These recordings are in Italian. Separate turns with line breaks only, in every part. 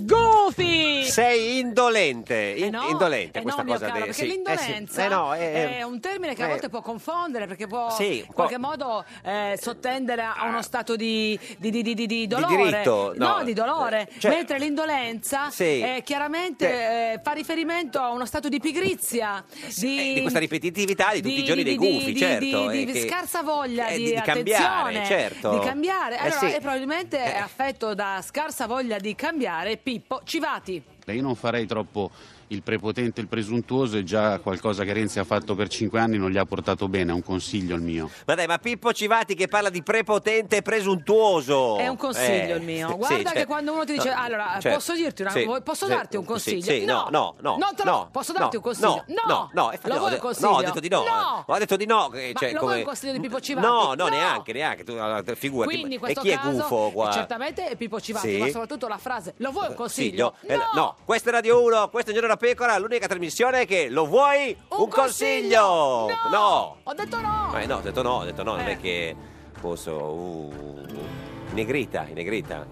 Goofy!
Sei indolente, in-
no,
indolente
eh
questa
no, mio
cosa
caro,
de-
perché
sì, eh sì,
l'indolenza
eh no, eh,
è un termine che a
eh,
volte può confondere perché può
Sì,
in
può- Ah.
qualche modo eh, sottendere a uno stato di, di, di, di, di- di dolore
diritto, no.
di dolore
Eh, cioè-
mentre l'indolenza
Sì. Cioè
eh, chiaramente eh, fa riferimento a uno stato di pigrizia di,
eh, di questa ripetitività di tutti i giorni dei
di-
gufi,
di-
certo.
di,
eh,
di
che-
scarsa voglia
eh,
di,
di- di cambiare,
attenzione,
certo.
di cambiare.
Eh,
Allora,
sì. Eh.
e probabilmente è affetto da scarsa voglia di cambiare Pippo Civati.
Io non farei troppo il prepotente, il presuntuoso, è già qualcosa che Renzi ha fatto per cinque anni, non gli ha portato bene, è un consiglio il mio.
Ma dai, ma Pippo Civati che parla di prepotente e presuntuoso.
È un consiglio
Eh,
il mio.
sì,
Guarda che
certo.
quando uno ti dice,
No,
allora,
certo.
posso dirti una-
Sì,
vuoi- posso
sì,
darti un
sì,
consiglio?
Sì, no, no, no.
Non te lo-
no,
posso darti
no,
un consiglio?
No, no, no, infatti
Lo vuoi
no, ho
un
detto-
consiglio?
No, ho detto di no.
No!
eh, Ho detto di no. eh,
Ma
cioè,
lo vuoi
come...
un consiglio di Pippo Civati?
No, no,
No!
neanche, neanche. Tu, allora, figurati.
Quindi in
e
questo
chi
caso
è gufo qua?
eh, certamente è Pippo Civati,
Sì.
ma soprattutto la frase "Lo vuoi un consiglio?"
Eh, no. questa è Radio 1, questo è Giorno da Pecora, l'unica trasmissione che lo vuoi un, consiglio. No.
Ho detto no.
Ma eh, no, ho detto no, ho detto no, non è che posso uh, in negrita, in negrita.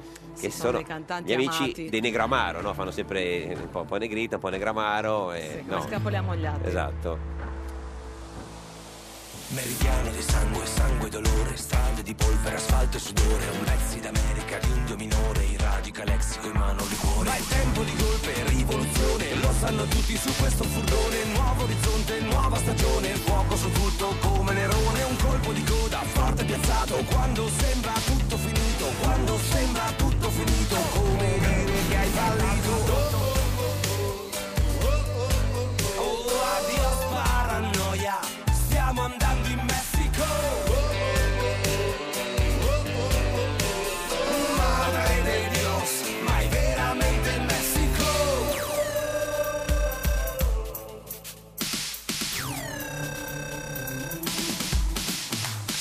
sono
Che sono
dei cantanti
gli amici
amati.
dei Negramaro, no? Fanno sempre eh, un po', un po' negrita, un po' negramaro. E,
Come
eh, no.
scapole ammogliate.
Esatto.
Meridiane di sangue, sangue, dolore, strade di polvere, asfalto e sudore, un pezzi d'America di un dio minore, il radica lexico in mano liquore. Ma è tempo di golpe, rivoluzione, lo sanno tutti su questo furgone, nuovo orizzonte, nuova stagione, fuoco su tutto come Nerone, un colpo di coda forte piazzato, quando sembra tutto finito, quando sembra tutto finito, come dire che hai fallito. Oh, addio paranoia, stiamo andando in Messico. Madre de Dios, ma è veramente il Messico?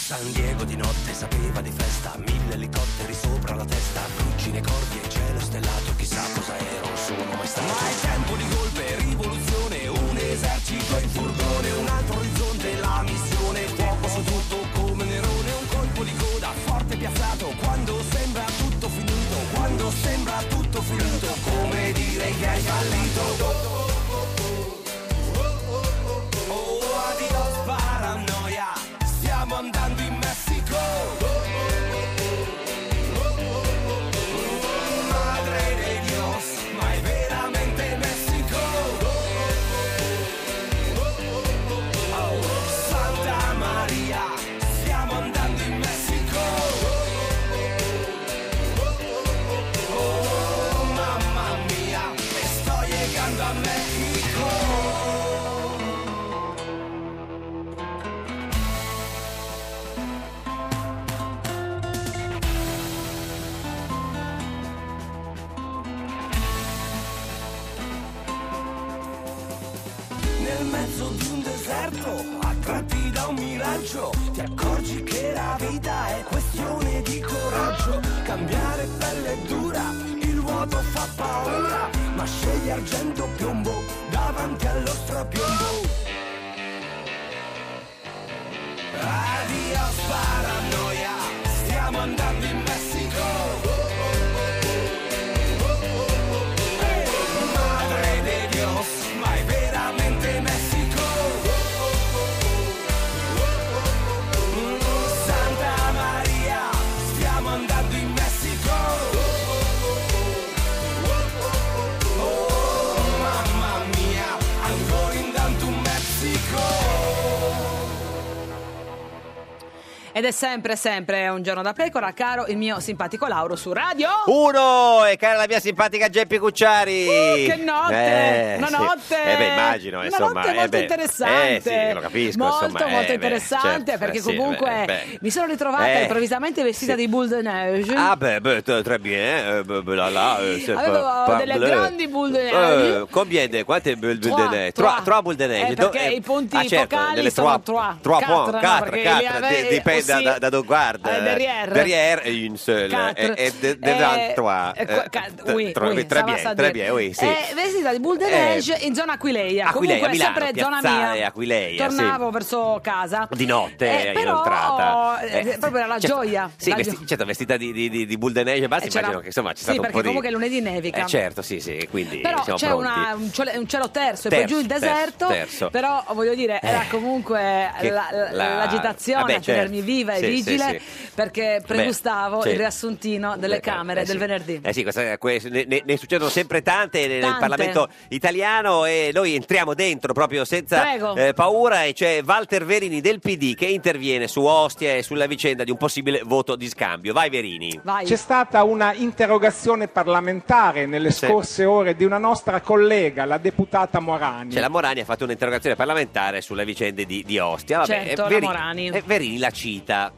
San Diego di notte sapeva di festa, mille elicotteri sopra la testa, ruggine, corvi e cielo stellato, chissà cosa ero, sono mai stato. Ma è tempo di golpe, rivoluzione, un esercito in furgone, un altro orizzonte, la missione, fuoco su tutto come Nerone, un colpo di coda, forte piazzato, quando sembra tutto finito, quando sembra tutto finito, come dire che hai fallito. Oh, adios paranoia, stiamo andando in Messico. Madre de Dios, ma è veramente Messico. Oh, Santa Maria, stiamo andando in Messico. Oh, mamma mia, me sto llegando a Messico. Nel mezzo di un deserto, attratti da un miraggio, ti accorgi che la vita è questione di coraggio. Cambiare pelle è dura, il vuoto fa paura, ma scegli argento o piombo davanti allo strapiombo. Adios paranoia, stiamo andando in Messico. Madre de Dios, ma è veramente Messico. Mm, Santa Maria, stiamo andando in Messico. Oh, mamma mia, ancora intanto un Messico.
Ed è sempre sempre un giorno da pecora, caro il mio simpatico Lauro su radio.
Uno! E cara la mia simpatica Geppi Cucciari!
Uh, che notte!
Eh,
una
sì.
notte!
Eh beh, immagino,
Una
insomma.
notte
eh
molto
beh,
interessante.
Eh sì, lo capisco,
Molto,
insomma.
molto
eh, beh,
interessante,
certo,
perché
eh sì,
comunque
beh, beh.
mi sono ritrovata
Eh,
improvvisamente vestita
sì.
di boule de neige.
Ah beh, beh, t- très bien, eh, beh, beh, là, là, eh, c'est
Avevo
pas- pas
delle
bleu.
grandi boule de neige.
Eh, combien de, quante boule de
Trois,
neige?
trois.
Trois, trois boule de neige.
Eh, perché
Do- eh,
i punti
ah, certo,
focali
nelle
sono
trois-
trois,
trois
quatre,
points,
no?
quatre,
Perché
quatre,
le ave-
di- dipende da, da, da Doguard.
Eh, derrière.
Derrière et une seule.
Quatre.
Et, et de- dedans
Eh,
trois.
eh, qua- ca-
Eh,
oui,
tre-
oui,
tre
stava
bien,
a dire.
tre bien, oui, sì.
Eh, visita di Bull de Neige in zona Aquileia.
Aquileia,
Comunque,
Milano,
sempre zona
Piazzale
mia.
Aquileia, eh, sì.
Tornavo verso casa.
Di notte,
Eh, però,
inoltrata.
eh, proprio era la
certo.
gioia.
Sì,
la
vesti-
gio-
certo, vestita di, di, di, di Bull de Neige e basta,
Eh, c'era-
immagino che insomma c'è
sì,
stato un
perché
po' di...
comunque lunedì nevica.
Eh, certo, sì, sì, quindi
Però
siamo
c'è
pronti.
una- un, cielo, un cielo terzo, e poi
Terzo,
giù il
terzo,
deserto.
terzo. Eh,
Però voglio dire, era comunque
che-
la- la-
la-
l'agitazione
vabbè,
a tenermi
certo.
viva e
Sì, sì,
vigile
sì.
perché pregustavo
sì.
il riassuntino delle camere del venerdì.
Eh sì, questa- que- ne, ne- ne succedono sempre tante nel
Tante.
Parlamento italiano e noi entriamo dentro proprio senza
Prego.
eh, paura e c'è Walter Verini del PD che interviene su Ostia e sulla vicenda di un possibile voto di scambio. Vai Verini.
C'è stata una interrogazione parlamentare nelle
Sì.
scorse ore di una nostra collega, la deputata Morani.
Cioè, la Morani ha fatto un'interrogazione parlamentare sulle vicende di, di Ostia. Vabbè,
Certo,
eh,
la
Verini,
Morani.
eh, Verini la cita.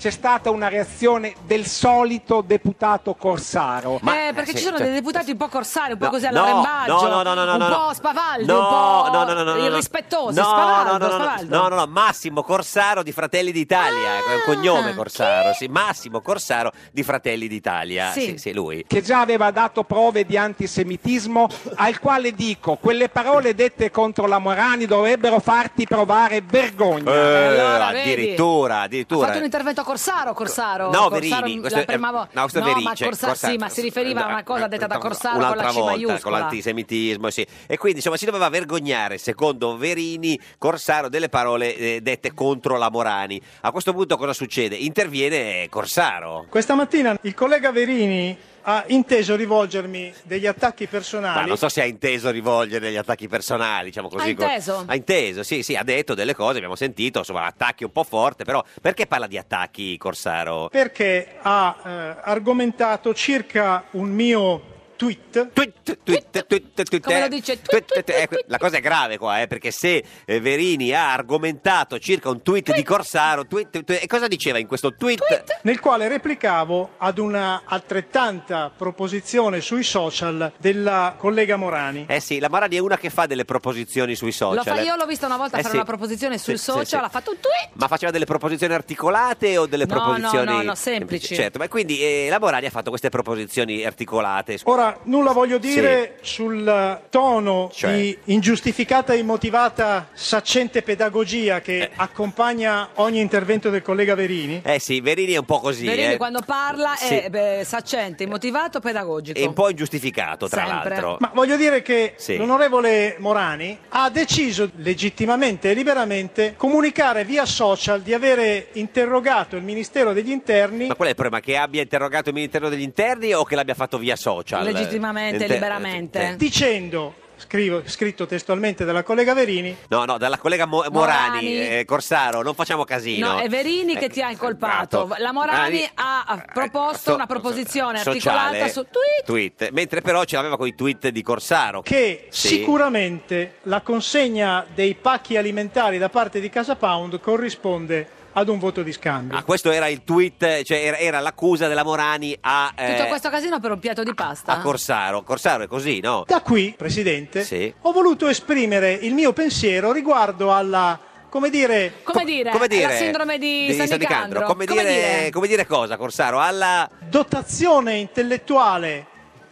C'è stata una reazione del solito deputato Corsaro.
eh, perché ci sono dei deputati un po' corsari, un po'
No,
così
no,
all'arrembaggio,
cioè, no, no, no, no,
un
no,
po'
no.
spavaldi,
No,
un po'
no, no, no, no, no.
irrispettosi,
No,
spavaldo,
no, no, no, no,
spavaldo. Ah,
no, no, no, Massimo Corsaro di Fratelli d'Italia, è un cognome Corsaro, sì, Massimo Corsaro di Fratelli d'Italia,
Sì.
sì, sì, lui.
che già aveva dato prove di antisemitismo, al quale dico, quelle parole dette contro la Morani dovrebbero farti provare vergogna.
Eh,
vedi.
addirittura,
Ha
addirittura.
fatto un intervento a Corsaro, Corsaro. Corsaro,
No, Verini,
la
questo è-
prima vo-
no, questo è
no,
Verini,
ma
cioè,
Corsa-
Corsaro- Eh,
sì, ma si riferiva a una cosa detta da Corsaro con la
Un'altra
C
volta con
maiuscola.
l'antisemitismo, sì. E quindi insomma si doveva vergognare, secondo Verini, Corsaro delle parole eh, dette contro la Morani. A questo punto cosa succede? Interviene eh, Corsaro.
Questa mattina il collega Verini ha inteso rivolgermi degli attacchi
Ma
personali.
non so se ha inteso rivolgere degli attacchi personali, diciamo così.
Ha inteso?
Ha inteso, sì, sì, ha detto delle cose, abbiamo sentito, insomma, attacchi un po' forte, però perché parla di attacchi, Corsaro?
Perché ha eh, argomentato circa un mio tweet.
tweet, tweet, tweet,
Come
eh,
lo dice?
tweet, tweet, eh, que- La cosa è grave qua, eh, perché se eh, Verini ha argomentato circa un tweet, di Corsaro, tweet, tweet, tweet, e cosa diceva in questo tweet?
Nel quale replicavo ad una altrettanta proposizione sui social della collega Morani.
Eh sì, la Marani è una che fa delle proposizioni sui social.
Lo fa- io l'ho vista una volta
Eh
fare
sì.
una proposizione sul
Sì, sì,
social,
sì.
ha fatto un tweet.
Ma faceva delle proposizioni articolate o delle
No,
proposizioni...
no, no, no, semplici.
Certo, ma quindi eh, la Morani ha fatto queste proposizioni articolate.
Ora, nulla voglio dire sul tono
Cioè?
di ingiustificata e immotivata saccente pedagogia che accompagna ogni intervento del collega Verini.
Eh sì, Verini è un po' così,
Verini
eh.
quando parla
Sì.
è eh, beh, saccente, motivato, pedagogico.
È un po' ingiustificato, tra
Sempre.
l'altro.
Ma voglio dire che
Sì.
l'onorevole Morani ha deciso legittimamente e liberamente comunicare via social di avere interrogato il Ministero degli Interni
Ma qual è il problema? Che abbia interrogato il Ministero degli Interni o che l'abbia fatto via social?
Legittimamente,
Inter-
liberamente. dicendo, scrivo- scritto testualmente dalla collega Verini,
No, no, dalla collega Mo- Morani,
Morani.
eh, Corsaro, non facciamo casino.
No, è Verini che
Eh,
ti ha incolpato.
esatto.
La Morani
Morani-
ha ha proposto
so-
una proposizione
sociale,
articolata su tweet.
tweet. Mentre però ce l'aveva con i tweet di Corsaro.
che
Sì.
sicuramente la consegna dei pacchi alimentari da parte di Casa Pound corrisponde ad un voto di scambio.
Ah, questo era il tweet, cioè era, era l'accusa della Morani a, eh,
Tutto questo casino per un piatto di pasta.
a Corsaro. Corsaro è così, no?
Da qui, Presidente,
Sì.
ho voluto esprimere il mio pensiero riguardo alla, come dire,
Come dire?
Come dire?
La sindrome di,
Di
San
San
Nicandro.
Nicandro. Come, dire, come dire cosa, Corsaro? Alla...
dotazione intellettuale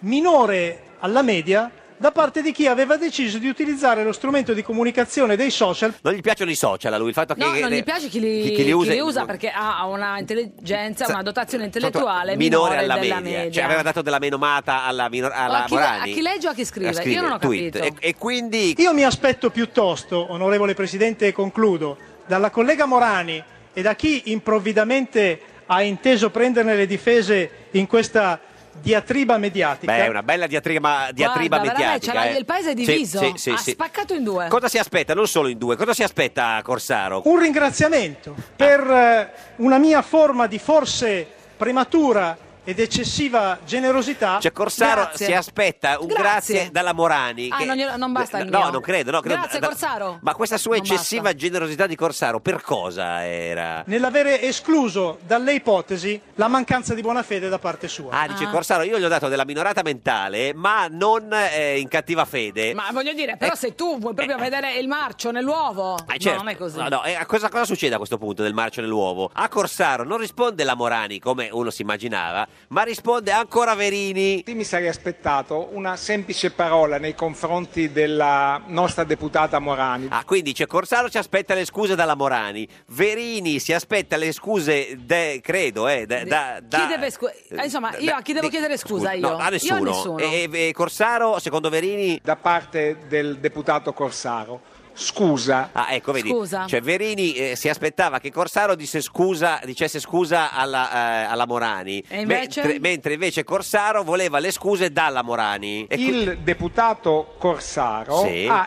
minore alla media da parte di chi aveva deciso di utilizzare lo strumento di comunicazione dei social.
Non gli piacciono i social a lui, il fatto che...
No, non gli piace chi li,
chi- chi li usa-
chi li perché ha una intelligenza, una dotazione intellettuale
minore,
minore,
alla
della
media. Cioè aveva dato della menomata alla, minor-
O a,
alla
chi, a
Morani.
chi legge o a chi scrive?
A scrivere,
Io non ho
tweet.
capito.
E, e quindi
Io mi aspetto piuttosto, onorevole Presidente, e concludo, dalla collega Morani e da chi improvvidamente ha inteso prenderne le difese in questa diatriba mediatica.
Beh, è una bella diatriba, diatriba
Guarda, veramente,
mediatica.
c'era-
eh.
il paese è
Sì,
diviso, Ah,
sì, sì,
ha
sì.
spaccato in due.
Cosa si aspetta? Non solo in due, cosa si aspetta Corsaro?
un ringraziamento per eh, una mia forma di forse prematura ed eccessiva generosità.
Cioè Corsaro si aspetta un grazie,
Grazie.
dalla Morani.
Ah,
che-
non glielo- non basta il
no,
mio.
non credo, no, credo-
Grazie,
da-
Corsaro.
Ma questa sua
Non
eccessiva
basta.
generosità di Corsaro per cosa era?
Nell'avere escluso dalle ipotesi la mancanza di buona fede da parte sua.
Ah, dice Corsaro, io gli ho dato della minorata mentale, ma non eh, in cattiva fede.
Ma voglio dire, però se tu vuoi proprio vedere il marcio nell'uovo,
Eh, certo.
no, non è così.
No, no, e a cosa, cosa succede a questo punto del marcio nell'uovo? A Corsaro non risponde la Morani come uno si immaginava, ma risponde ancora Verini.
Io mi sarei aspettato una semplice parola nei confronti della nostra deputata Morani.
Ah, quindi dice Corsaro ci aspetta le scuse dalla Morani, Verini si aspetta le scuse, de- credo, eh, de- da, da-
Chi deve scu- eh, Insomma, io a chi devo chiedere scusa?
scusa,
io?
no, a
Io
nessuno.
nessuno.
E, e- e Corsaro, secondo Verini...
Da parte del deputato Corsaro. Scusa.
Ah, ecco, vedi.
Scusa.
Cioè, Verini eh, si aspettava che Corsaro disse scusa, dicesse scusa alla, eh, alla Morani.
E invece?
Mentre, mentre invece Corsaro voleva le scuse dalla Morani. E qui-
Il deputato Corsaro
Sì.
ha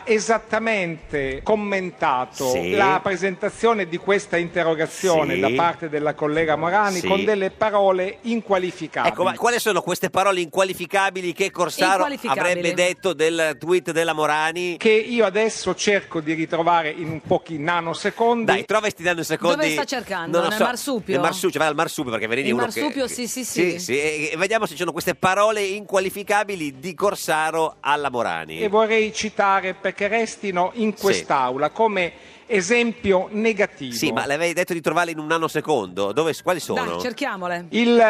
esattamente commentato
Sì.
la presentazione di questa interrogazione
Sì.
da parte della collega Morani
Sì.
con delle parole inqualificabili.
Ecco, ma quali sono queste parole inqualificabili che Corsaro
Inqualificabili.
avrebbe detto del tweet della Morani?
Che io adesso cerco di ritrovare in pochi nanosecondi.
Dai, trova sti danno secondi.
Dove sta cercando?
Non lo
Nel
so.
marsupio?
Nel marsupio, vai al marsupio perché Verini è
Il
uno che-
marsupio,
che...
sì, sì, sì.
Sì, sì, e e vediamo se ci sono queste parole inqualificabili di Corsaro alla Morani.
e vorrei citare perché restino in quest'aula come esempio negativo.
Sì, ma le avevi detto di trovarle in un nanosecondo. Dove, quali sono?
Dai, cerchiamole.
Il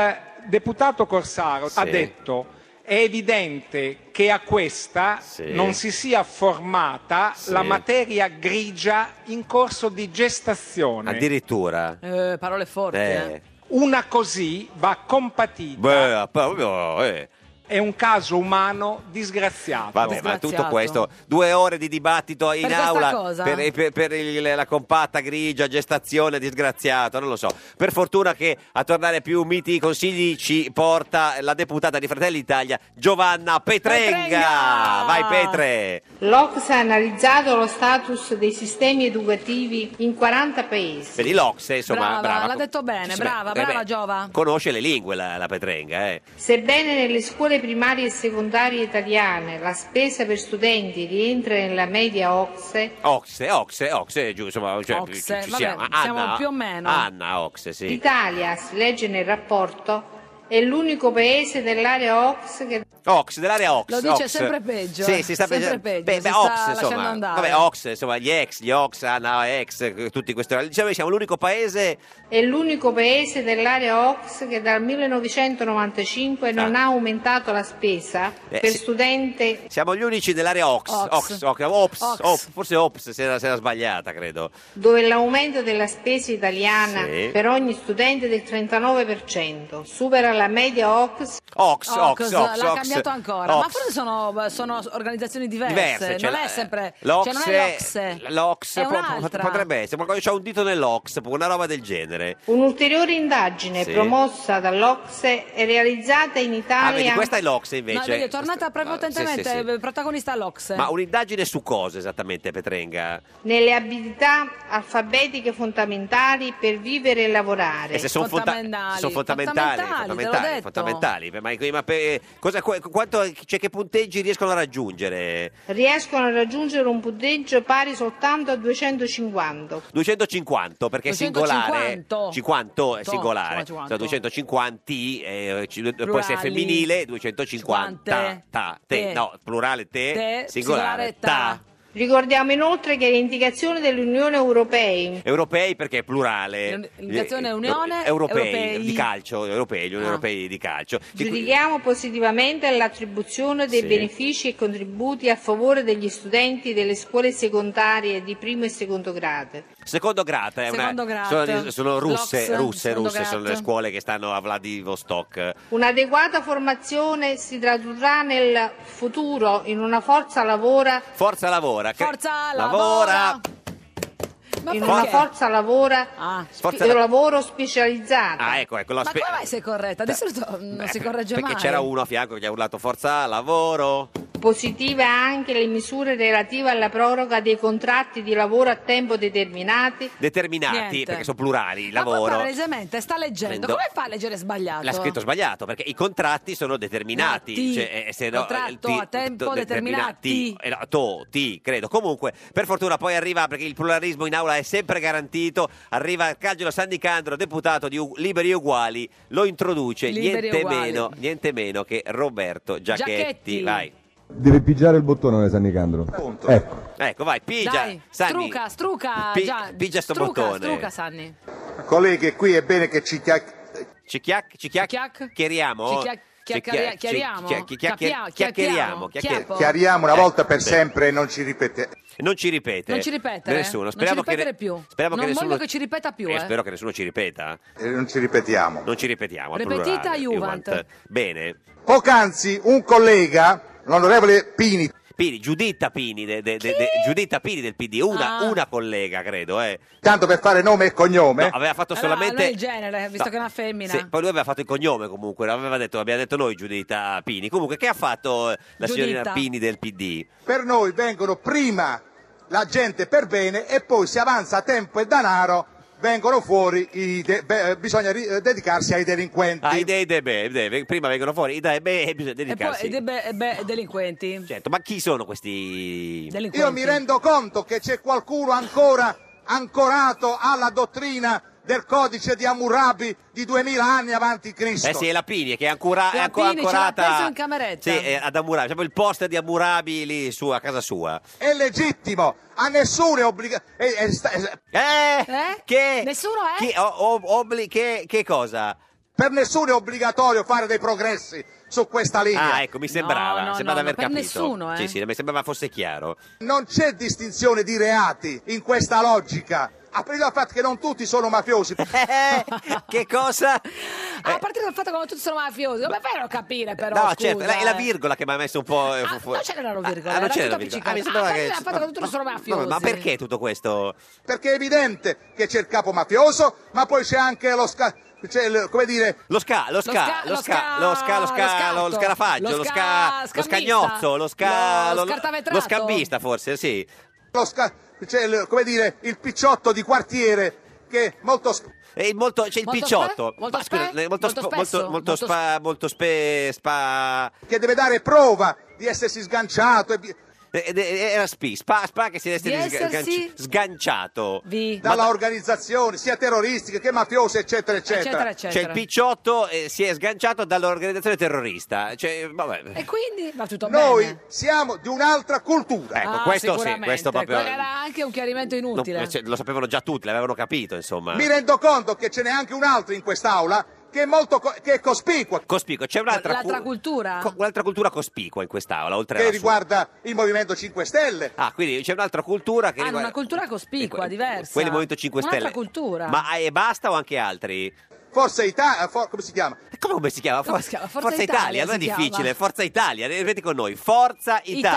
deputato Corsaro ha
Sì.
detto è evidente che a questa non si sia formata
Sì.
la materia grigia in corso di gestazione.
Addirittura.
Eh, parole forti, eh.
Eh.
Una così va compatita.
Beh, proprio, eh.
È un caso umano disgraziato.
Vabbè, ma tutto questo, due ore di dibattito in
Per questa
aula
cosa?
per, eh, per- per il- la compatta grigia, gestazione, disgraziato, non lo so. Per fortuna che a tornare più miti i consigli ci porta la deputata di Fratelli d'Italia, Giovanna Petrenga. Vai Petre!
L'Ox ha analizzato lo status dei sistemi educativi in 40 paesi.
Vedi l'Ocse, Eh, insomma, brava.
Brava,
l'ha detto bene,
Sì,
brava,
beh,
brava
beh,
Giova.
Conosce le lingue la, la Petrenga, eh.
Sebbene nelle scuole primarie e secondarie italiane la spesa per studenti rientra nella media OXE,
Oxe, Oxe, Oxe, eh, giù, insomma, cioè,
Oxe,
ci- ci
vabbè,
siamo.
siamo
Anna-
più o meno.
Anna Oxe, sì.
l'Italia, si legge nel rapporto, è l'unico paese dell'area OX che
Ox, dell'area Ox.
Lo dice
Ox.
sempre peggio,
Sì,
eh.
si sta
Sempre peggio,
Beh,
si
beh,
sta
Ox,
lasciando
insomma.
andare.
Vabbè, Ox, insomma, gli ex, gli Ox, Anna Ex, eh, tutti questi. Diciamo che siamo l'unico paese.
è l'unico paese dell'area OX che dal 1995 non ha aumentato la spesa
Eh,
per
Ah. sì.
studente
Siamo gli unici dell'area Ox.
Ox.
Ox, Ops,
Ox.
Op- forse Ops si era, si era sbagliata, credo.
dove l'aumento della spesa italiana
Sì.
per ogni studente è del 39%, supera la media OCS.
Ox,
Ox, l'ha cambiato ancora. Ma
Ox.
forse sono, sono organizzazioni diverse,
Diverse, cioè
non
la-
è sempre
L'Ox,
cioè non è l'Ocse.
l'Ox
È
po- po-
un'altra.
potrebbe essere, ma quando c'è un dito nell'Ox, una roba del genere.
Un'ulteriore indagine
Sì.
promossa dall'Ocse e realizzata in
Ah,
Italia
vedi, questa è l'Ox invece.
No, vedi, è tornata proprio
sì,
attentamente,
sì, sì.
eh, protagonista l'Ocse.
Ma un'indagine su cosa esattamente, Petrenga?
nelle abilità alfabetiche fondamentali per vivere e lavorare.
Eh, se sono fonta- se sono fondamentali, fondamentali, fondamentali. Beh, Ma, ma per- cosa- qu- quanto- cioè, che punteggi riescono a raggiungere?
Riescono a raggiungere un punteggio pari soltanto a 250.
250 perché è singolare
250.
50 è
To,
singolare
insomma,
Cioè, 250 eh, ci- poi se è
Plurali.
femminile 250
Cinquante.
ta, te,
Te.
no plurale te,
Te,
singolare
singolare, ta.
ta.
Ricordiamo inoltre che le indicazioni dell'Unione Europea
Europei perché è plurale.
L'indicazione
Eh,
Unione,
europei,
europei.
di calcio, europei, gli Unione Europei di calcio. Di cui-
Giudichiamo positivamente l'attribuzione dei
Sì.
benefici e contributi a favore degli studenti delle scuole secondarie di primo e secondo grado.
Secondo grado, è una-
Secondo grado.
sono, sono russe,
Lox,
russe,
secondo
russe, sono
grado.
le scuole che stanno a Vladivostok.
Un'adeguata formazione si tradurrà nel futuro in una forza lavora
Forza lavora. che-
Forza
lavora.
in
perché?
una forza lavora
Forza
spi-
la-
lavoro specializzata.
Ah, ecco, ecco. la
Ah. Ma
spe-
come mai sei corretta? Di solito mm, non si corregge
perché
mai.
c'era uno a fianco che gli ha urlato forza lavoro.
Positive anche le misure relative alla proroga dei contratti di lavoro a tempo determinati.
Determinati,
Niente.
perché sono plurali,
Ma poi
lavoro.
palesemente sta leggendo.
Prendo-
Come fa a leggere sbagliato?
L'ha scritto sbagliato perché i contratti sono determinati.
No, ti.
cioè, eh, se no,
Contratto
ti-
a tempo
to-
determinati.
Eh, no, to, ti, credo. Comunque, per fortuna poi arriva, perché il pluralismo in aula è sempre garantito, arriva Calgelo Sannicandro, deputato di U- Liberi e Uguali, lo introduce,
Liberi e
niente
Uguali.
meno, niente meno che Roberto Giachetti.
Giachetti.
Vai.
Deve pigiare il bottone San Nicandro. Ecco.
Ecco, vai, pigia.
Dai,
Sanni.
struca, struca,
Pi-
Gian-
pigia sto
struca,
bottone.
Struca, Sanni.
Colleghi, qui è bene che ci chiacchieriamo.
Ci chiac- ci chiac-
Chiac-
chiariamo?
Ci chiac-
Ci
chiacchiare-
chia- ci-
chiariamo?
chia- chi- chiacchier-
Capia-
chiacchieriamo,
chiacchiamo,
chiacchier-
chiapo.
una
Eh,
volta per
sì.
sempre e non ci ripete.
Non ci ripete.
Non ci ripetere?
Nessuno.
Non ci
Speriamo che
ripetere
ne-
più.
Speriamo
Non
che
voglio
nessuno...
che ci ripeta più, eh.
Spero che nessuno ci ripeta.
e non ci ripetiamo.
Non ci ripetiamo. al
Repetita
plurale,
Juvent.
Bene.
Poc'anzi un collega, l'onorevole Pini,
Pini, Giuditta Pini, de- de- de- de- Giuditta Pini del PD, una,
Ah.
una collega credo, eh.
tanto per fare nome e
No,
cognome,
aveva fatto
Allora,
solamente.
allora il genere, visto che è una femmina.
Sì, poi lui aveva fatto il cognome comunque, aveva detto, abbiamo detto noi Giuditta Pini. Comunque, che ha fatto eh, la signorina
Giuditta.
Pini del PD?
per noi vengono prima la gente per bene e poi se avanza tempo e denaro vengono fuori, i de- beh, bisogna ri- eh, dedicarsi ai delinquenti.
Ah, i dei dei be- dei- prima vengono fuori, i dei be- e bisogna
E poi
dedicarsi.
e Eh, de- beh, e beh, delinquenti.
Certo, ma chi sono questi?
Delinquenti.
Io mi rendo conto che c'è qualcuno ancora ancorato alla dottrina del codice di Hammurabi di 2000 anni avanti Cristo.
Eh sì, è la Pini che è, ancora, è
La
ancora
Pini ce l'ha
ancorata.
appeso in cameretta.
Sì, è ad Hammurabi, proprio il poster di Hammurabi lì su, a casa sua.
È legittimo, a nessuno è obbligato.
Eh?
Eh?
Che?
Nessuno è?
Chi, o- o- obli- che, che cosa?
Per nessuno è obbligatorio fare dei progressi su questa linea.
Ah, ecco, mi sembrava,
No, no,
sembrava
no,
aver
ma per
capito.
nessuno, eh.
Sì, sì, mi sembrava fosse chiaro.
Non c'è distinzione di reati in questa logica. A partire dal fatto che non tutti sono mafiosi.
Eh, che cosa?
Ah,
Eh,
a partire dal fatto che non tutti sono mafiosi, come fai a non capire però?
no,
scusa,
certo, la- è la
eh?
virgola che mi ha messo un po'. eh,
Ah,
fu- fu-
non c'era la virgola,
Ah, non
era
c'era
tutta
la virgola.
appiccicata.
Ah, mi sembrava
Ah,
che.
ma il fatto che tutti sono mafiosi.
No, ma perché tutto questo?
Perché è evidente che c'è il capo mafioso, ma poi c'è anche lo sca- c'è il- come dire,
Lo ska, lo ska,
sca-
lo
lo
ska,
sca-
lo ska, lo
lo
ska, lo
scatto,
scarafaggio, lo
lo
ska,
sca-
lo scagnozzo, lo
lo-
ska,
lo
lo
scartavetrato.
scambista forse, sì.
lo sca- c'è il- come dire, il picciotto di quartiere che molto sp-
E il molto, c'è il
Molto
picciotto.
spe- molto
Ma scusa,
spe-
eh, molto
molto
sp-
spesso?
molto- molto
Molto
spa, molto spe, spa.
che deve dare prova di essersi sganciato e vi-
eh, eh, Era spi, spa, spa che si deve
Di
essere sga-
essersi-
sganci- sganciato.
Vi.
dalla organizzazione, sia terroristica che mafiosa, eccetera, eccetera.
Eccetera, eccetera.
Cioè il picciotto eh, si è sganciato dall'organizzazione terrorista. Cioè, vabbè.
E quindi va tutto
Noi
bene.
siamo di un'altra cultura.
Ecco,
Ah,
questo sì,
sicuramente.
questo proprio.
Quello Era anche un chiarimento
Non-
inutile.
cioè, lo sapevano già tutti, l'avevano capito, insomma.
Mi rendo conto che ce n'è anche un altro in quest'aula che è molto co- che è cospicua,
Cospicuo, c'è un'altra,
L'altra cultura?
un'altra cultura cospicua in quest'aula, oltre alla
che
sua.
riguarda il Movimento 5 Stelle.
Ah, quindi c'è un'altra cultura che
Hanno
riguarda-
una cultura cospicua,
que-
diversa.
Quelli del Movimento 5 Stelle.
Un'altra cultura.
Ma eh, basta o anche altri? Eh,
Forza Italia, for- come si chiama?
Come, come si chiama?
Come
For-
si chiama? Forza
Italia,
Italia
non è
si chiama.
difficile. Forza Italia, ripeti con noi. Forza Italia.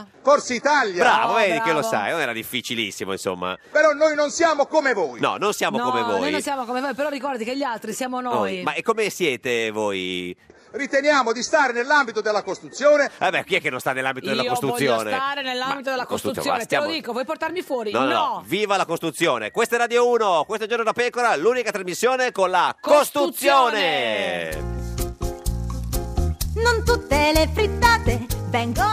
Italia.
Forza Italia.
Bravo,
Oh,
vedi
bravo.
che lo sai, non era difficilissimo, insomma.
Però noi non siamo come voi.
No, non siamo
no,
come voi.
noi non siamo come voi, però ricordi che gli altri siamo noi.
Ma e come siete voi?
Riteniamo di stare nell'ambito della Costituzione.
Vabbè, chi è che non sta nell'ambito della
Io
Costituzione?
voglio stare nell'ambito
Ma-
della Costituzione,
ma
te lo
stiamo-
dico, vuoi portarmi fuori?
No, no, no, viva la Costituzione. Questa è Radio 1, questo è Giorno da Pecora, l'unica trasmissione con la Costituzione.
Costituzione.
Non tutte le frittate vengono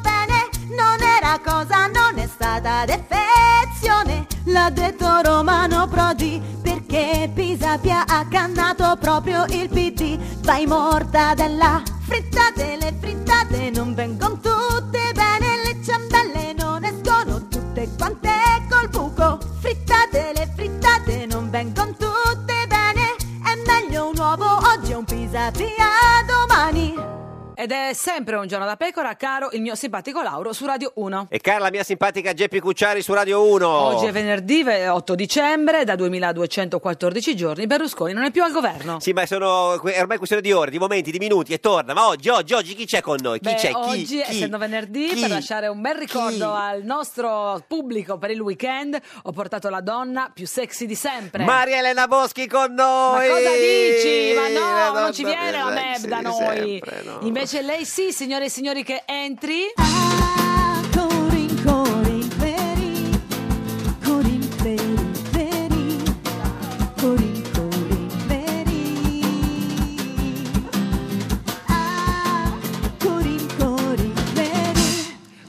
bene, non era cosa, non è stata defezione. L'ha detto Romano Prodi perché Pisapia ha cannato proprio il PD. Vai morta della frittate, le frittate non vengono tutte bene, le ciambelle non escono tutte quante col buco. Frittate, le frittate non vengono tutte bene, è meglio un uovo oggi e un Pisapia domani.
Ed è sempre un giorno da pecora, caro il mio simpatico Lauro su Radio 1.
E cara la mia simpatica Geppi Cucciari su Radio 1.
Oggi è venerdì ve- 8 dicembre, da 2214 giorni Berlusconi non è più al governo.
Sì, ma sono è ormai questione di ore, di momenti, di minuti e torna. Ma oggi, oggi, oggi chi c'è con noi? Chi
Beh,
c'è? Chi?
oggi,
Chi?
essendo venerdì,
Chi?
per lasciare un bel ricordo
Chi?
al nostro pubblico per il weekend, ho portato la donna più sexy di sempre.
Maria Elena Boschi con
Ma
noi.
cosa dici? Ma
La
no,
donna
non ci viene la
più
meb da
sexy di
noi.
sempre, no.
Invece invece lei sì, signore e signori, che entri.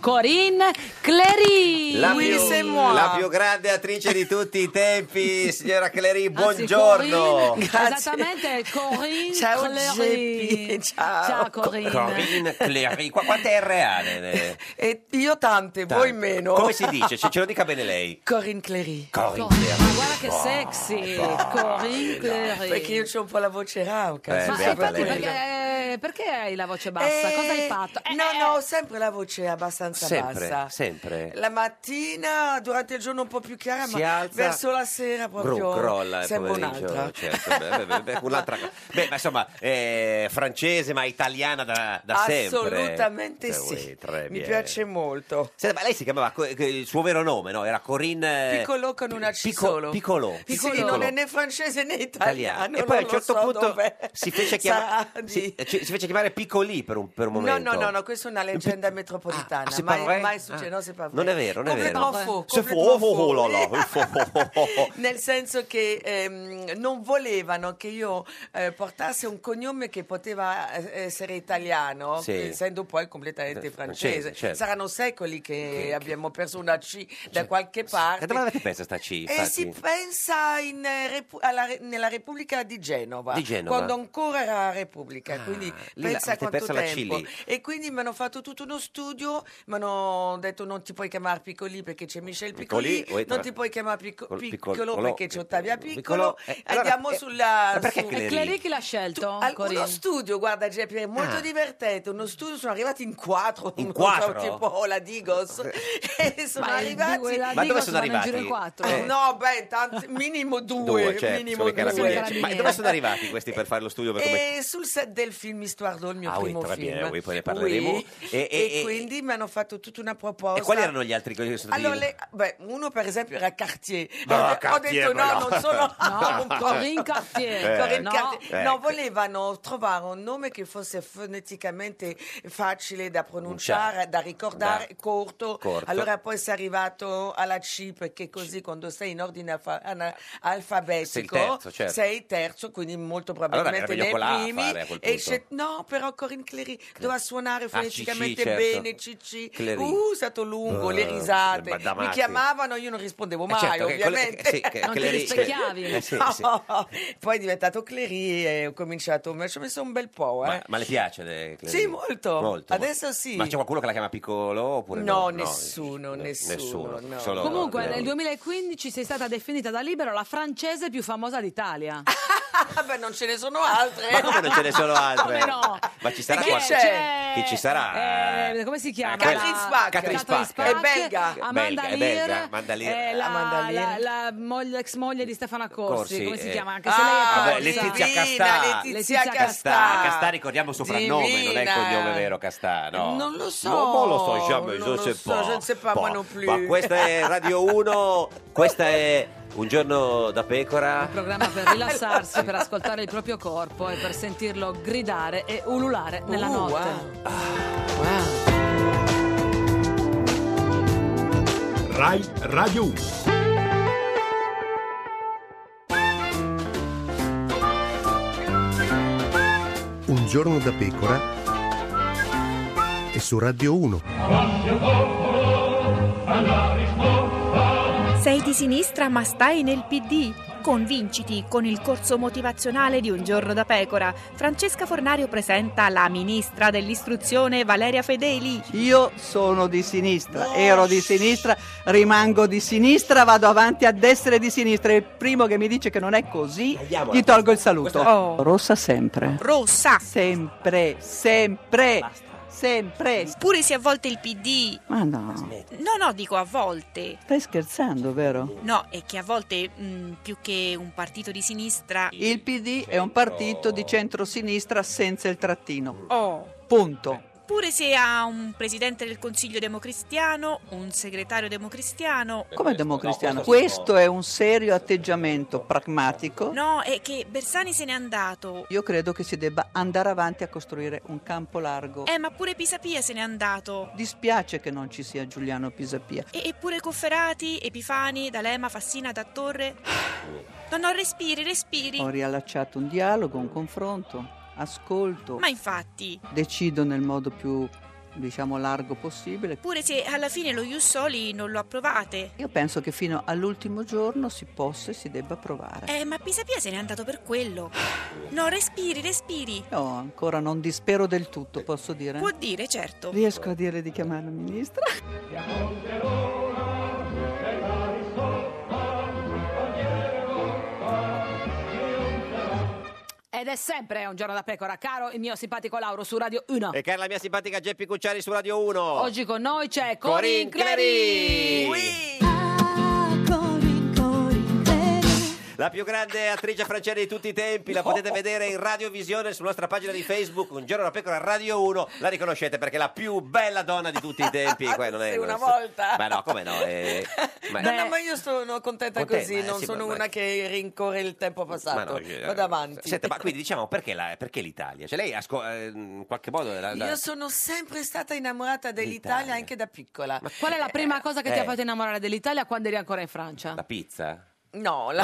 Ah,
Corinne Clery.
La più, la più grande attrice di tutti i tempi, signora Clery,
Anzi,
buongiorno.
Ah, Corinne, Esattamente, Corinne
Ciao,
Clery. Ciao. Corinne.
Corinne Clery, qua quante è reale? ne-
E io tante, voi
Tante.
meno.
Come si dice? Ce ce lo dica bene lei.
Corinne Clery.
Corinne oh.
Ma
Clery.
guarda che
Eh,
sexy, Corinne Clery.
Perché io ho un po' la voce rauca.
Eh,
sono
beh,
sempre
vabbè,
quella.
Perché, eh, perché hai la voce bassa?
Eh,
Cosa hai fatto? Eh,
no, no, ho sempre la voce abbastanza
Sempre,
bassa.
sempre.
La mattina, durante il giorno un po' più chiara,
Si
ma
alza-
verso la sera proprio
Gru, crolla il
sembra
pomeriggio,
un'altra.
certo, beh, beh, beh, un'altra cosa. Beh, ma insomma, eh, francese ma italiana da, da sempre.
Assolutamente
Cioè,
sì.
uè, tre,
Mi
bien.
piace molto.
Senta, ma lei si chiamava, co- che il suo vero nome, no? Era Corinne... eh,
Piccolò con una C
Picco-
solo.
Piccolò.
Sì,
Piccolò.
non è né francese né italiano.
Italiano. E poi a un certo punto
si
fece chiama- si, eh, ci- si fece chiamare Piccolì per un, per un
No,
momento.
no, no, no, questa è una leggenda metropolitana.
ah, c'est
mai,
pas vrai?
mai successo, no, c'est pas vrai.
Non è vero, non è vero.
Complètement faux,
Se fu-
complètement
oh, oh, oh,
faux.
là, là, oh, oh, oh, oh, oh.
Nel senso che ehm, non volevano che io eh, portassi un cognome che poteva eh, essere italiano,
Sì.
essendo poi completamente francese.
francese, certo. Cioè,
Saranno secoli che abbiamo perso una C da qualche
E
parte.
dove l'avete presa sta C?
E
infatti?
si pensa in, eh, repu- alla re- nella Repubblica di Genova,
Di Genova. Ah,
quando ancora era Repubblica, quindi
lì
pensa
l'avete
a quanto
persa la C
tempo.
lì.
E quindi mi hanno fatto tutto uno studio, mi hanno detto non ti puoi chiamare Piccoli perché c'è Michel Piccoli,
Piccoli, uè,
non
tra-
ti puoi chiamare Picco-
Col-
Piccolo,
Piccolo, eh,
perché c'è Ottavia
Piccolo,
Piccolo,
eh, allora,
andiamo
eh,
sulla...
ma perché
su-
Clery?
Clery chi l'ha scelto?
Al- uno
Corinne?
studio, guarda Geppi, è molto
Ah.
divertente. Uno studio, sono arrivati in quattro,
In
non so,
quattro?
tipo la Digos, e sono
Ma il
arrivati.
due- la
Ma dove
Digos
sono
vanno in giro in
arrivati?
quattro.
Eh.
No, beh, tanti- minimo due,
Due, certo,
minimo
sono i
due. Eh,
carabinieri. Ma dove sono arrivati questi per fare lo studio? Per come...
E sul set del film Histoire d'Ol, il mio
Ah, oui,
primo
très bien,
film.
oui, poi ne parleremo.
Oui.
E-
E,
e- e-
quindi mi hanno fatto tutta una proposta.
E quali erano gli altri? che sono stati-
Allora, le- beh, uno per esempio era Cartier.
Ma
ho
Cartier,
detto
ma
no,
no.
non sono
No,
Corinne Cartier,
Eh,
Corinne
ecco.
Cartier.
Ecco.
No, volevano trovare un nome che fosse foneticamente facile da pronunciare, da ricordare,
Da-
corto.
corto.
Allora poi si è arrivato alla C perché così quando sei in ordine alfa- ana- alfabetico
Sei il terzo, certo.
sei terzo, quindi molto
era
probabilmente
meglio con la A
nei primi.
fare a quel
e
punto.
c'è- no, però Corinne Clery doveva suonare
Ah,
foneticamente
CC, certo.
bene, CC.
Clery.
Uh, è stato lungo,
Eh,
le risate.
Badamati.
Mi chiamavano, io non rispondevo
Eh,
mai,
certo, che- quelle-
ovviamente.
sì, che- Non che ti le ri- rispecchiavi. eh, sì, sì.
No. Poi è diventato Clery e ho cominciato, mi ci ho messo un bel po', eh.
Ma, ma le piace? le- le-
Sì, molto. Adesso sì.
Ma c'è qualcuno che la chiama Piccolo oppure no?
No, nessuno, nessuno, no.
Solo-
Comunque,
Clery.
nel 2015 sei stata definita da Libero la francese più famosa d'Italia.
Eh.
Ah, beh, non ce ne sono altre.
Ma come non ce ne sono altre?
Come no?
Ma ci sarà
Chi
qualcuno?
c'è?
Chi ci sarà?
Eh, come si chiama?
Catherine
La-
Spack.
Catherine
Catherine
Spack.
Spack,
È belga.
Amanda
Belga, è
Lear,
belga, Amanda Lear.
eh, la,
Amanda Lear.
la- la moglie- ex moglie di Stefano Accorsi,
Corsi,
come si
eh.
chiama? Anche se lei è
Ah,
Vabbè,
corsa.
Letizia
Divina,
Castà.
Letizia
Castà,
Castà.
Castà, ricordiamo il soprannome, non è il
Divina.
cognome vero Castà, no?
Non lo so.
Non lo so, jamais,
Non
je
lo
sais
so,
pas.
je ne sais pas, moi
Bah,
non plus.
Ma questa è Radio 1, questa è Un giorno da pecora.
programma per rilassarsi, per ascoltare il proprio corpo e per sentirlo gridare e ululare nella
Uh,
notte.
Rai Radio 1.
Un giorno da pecora e su Radio 1.
Sei di sinistra ma stai nel PD? Convinciti con il corso motivazionale di Un giorno da pecora. Francesca Fornario presenta la ministra dell'istruzione Valeria Fedeli.
Io sono di sinistra, ero di sinistra, rimango di sinistra, vado avanti a destra e di sinistra. Il primo che mi dice che non è così, gli tolgo il saluto. Oh, Rossa sempre.
Rossa!
Sempre, sempre, sempre.
Pure se a volte il PD.
Ma no,
No, no, dico a volte.
stai scherzando, vero?
No, è che a volte mh, più che un partito di sinistra.
Il PD è un partito di centrosinistra senza il trattino.
Oh.
Punto.
Oppure se ha un presidente del Consiglio democristiano, un segretario democristiano.
Come democristiano? Questo è un serio atteggiamento pragmatico.
No, è che Bersani se n'è andato.
Io credo che si debba andare avanti a costruire un campo largo.
Eh, ma pure Pisapia se n'è andato.
Dispiace che non ci sia Giuliano Pisapia.
E- eppure Cofferati, Epifani, D'Alema, Fassina, Dattorre. No, no, respiri, respiri.
Ho riallacciato un dialogo, un confronto, ascolto.
Ma infatti,
Decido nel modo più, diciamo, largo possibile.
pure se alla fine lo Jussoli non lo approvate.
Io penso che fino all'ultimo giorno si possa e si debba provare.
Eh, ma Pisapia se n'è andato per quello. No, respiri, respiri.
Io ancora non dispero del tutto, posso dire?
Può dire, certo.
Eh, Riesco a dire di chiamarla ministra?
Ed è sempre un giorno da pecora, caro il mio simpatico Lauro su Radio 1.
E cara la mia simpatica Geppi Cucciari su Radio 1.
Oggi con noi c'è Corin
Corinne Clery.
Clery.
La più grande attrice francese di tutti i tempi, la potete vedere in radiovisione sulla nostra pagina di Facebook, Un giorno da pecora Radio 1, la riconoscete perché è la più bella donna di tutti i tempi. Qua non è,
Sì,
non
una
è-
volta.
Ma no, come no? eh, ma-
No, no, ma io sono contenta
Contenta,
così,
eh,
non
sì,
sono
ma- ma-
una che rincorre il tempo
ma
passato.
no, io-
Esatto. Vado avanti.
Senta, ma quindi diciamo perché, la- perché l'Italia? Cioè lei ha sco- eh, in qualche modo... la- la-
Io sono sempre stata innamorata dell'Italia
L'Italia.
anche da piccola.
Qual è la prima cosa che ti
eh.
ha fatto innamorare dell'Italia quando eri ancora in Francia?
La pizza?
No, la-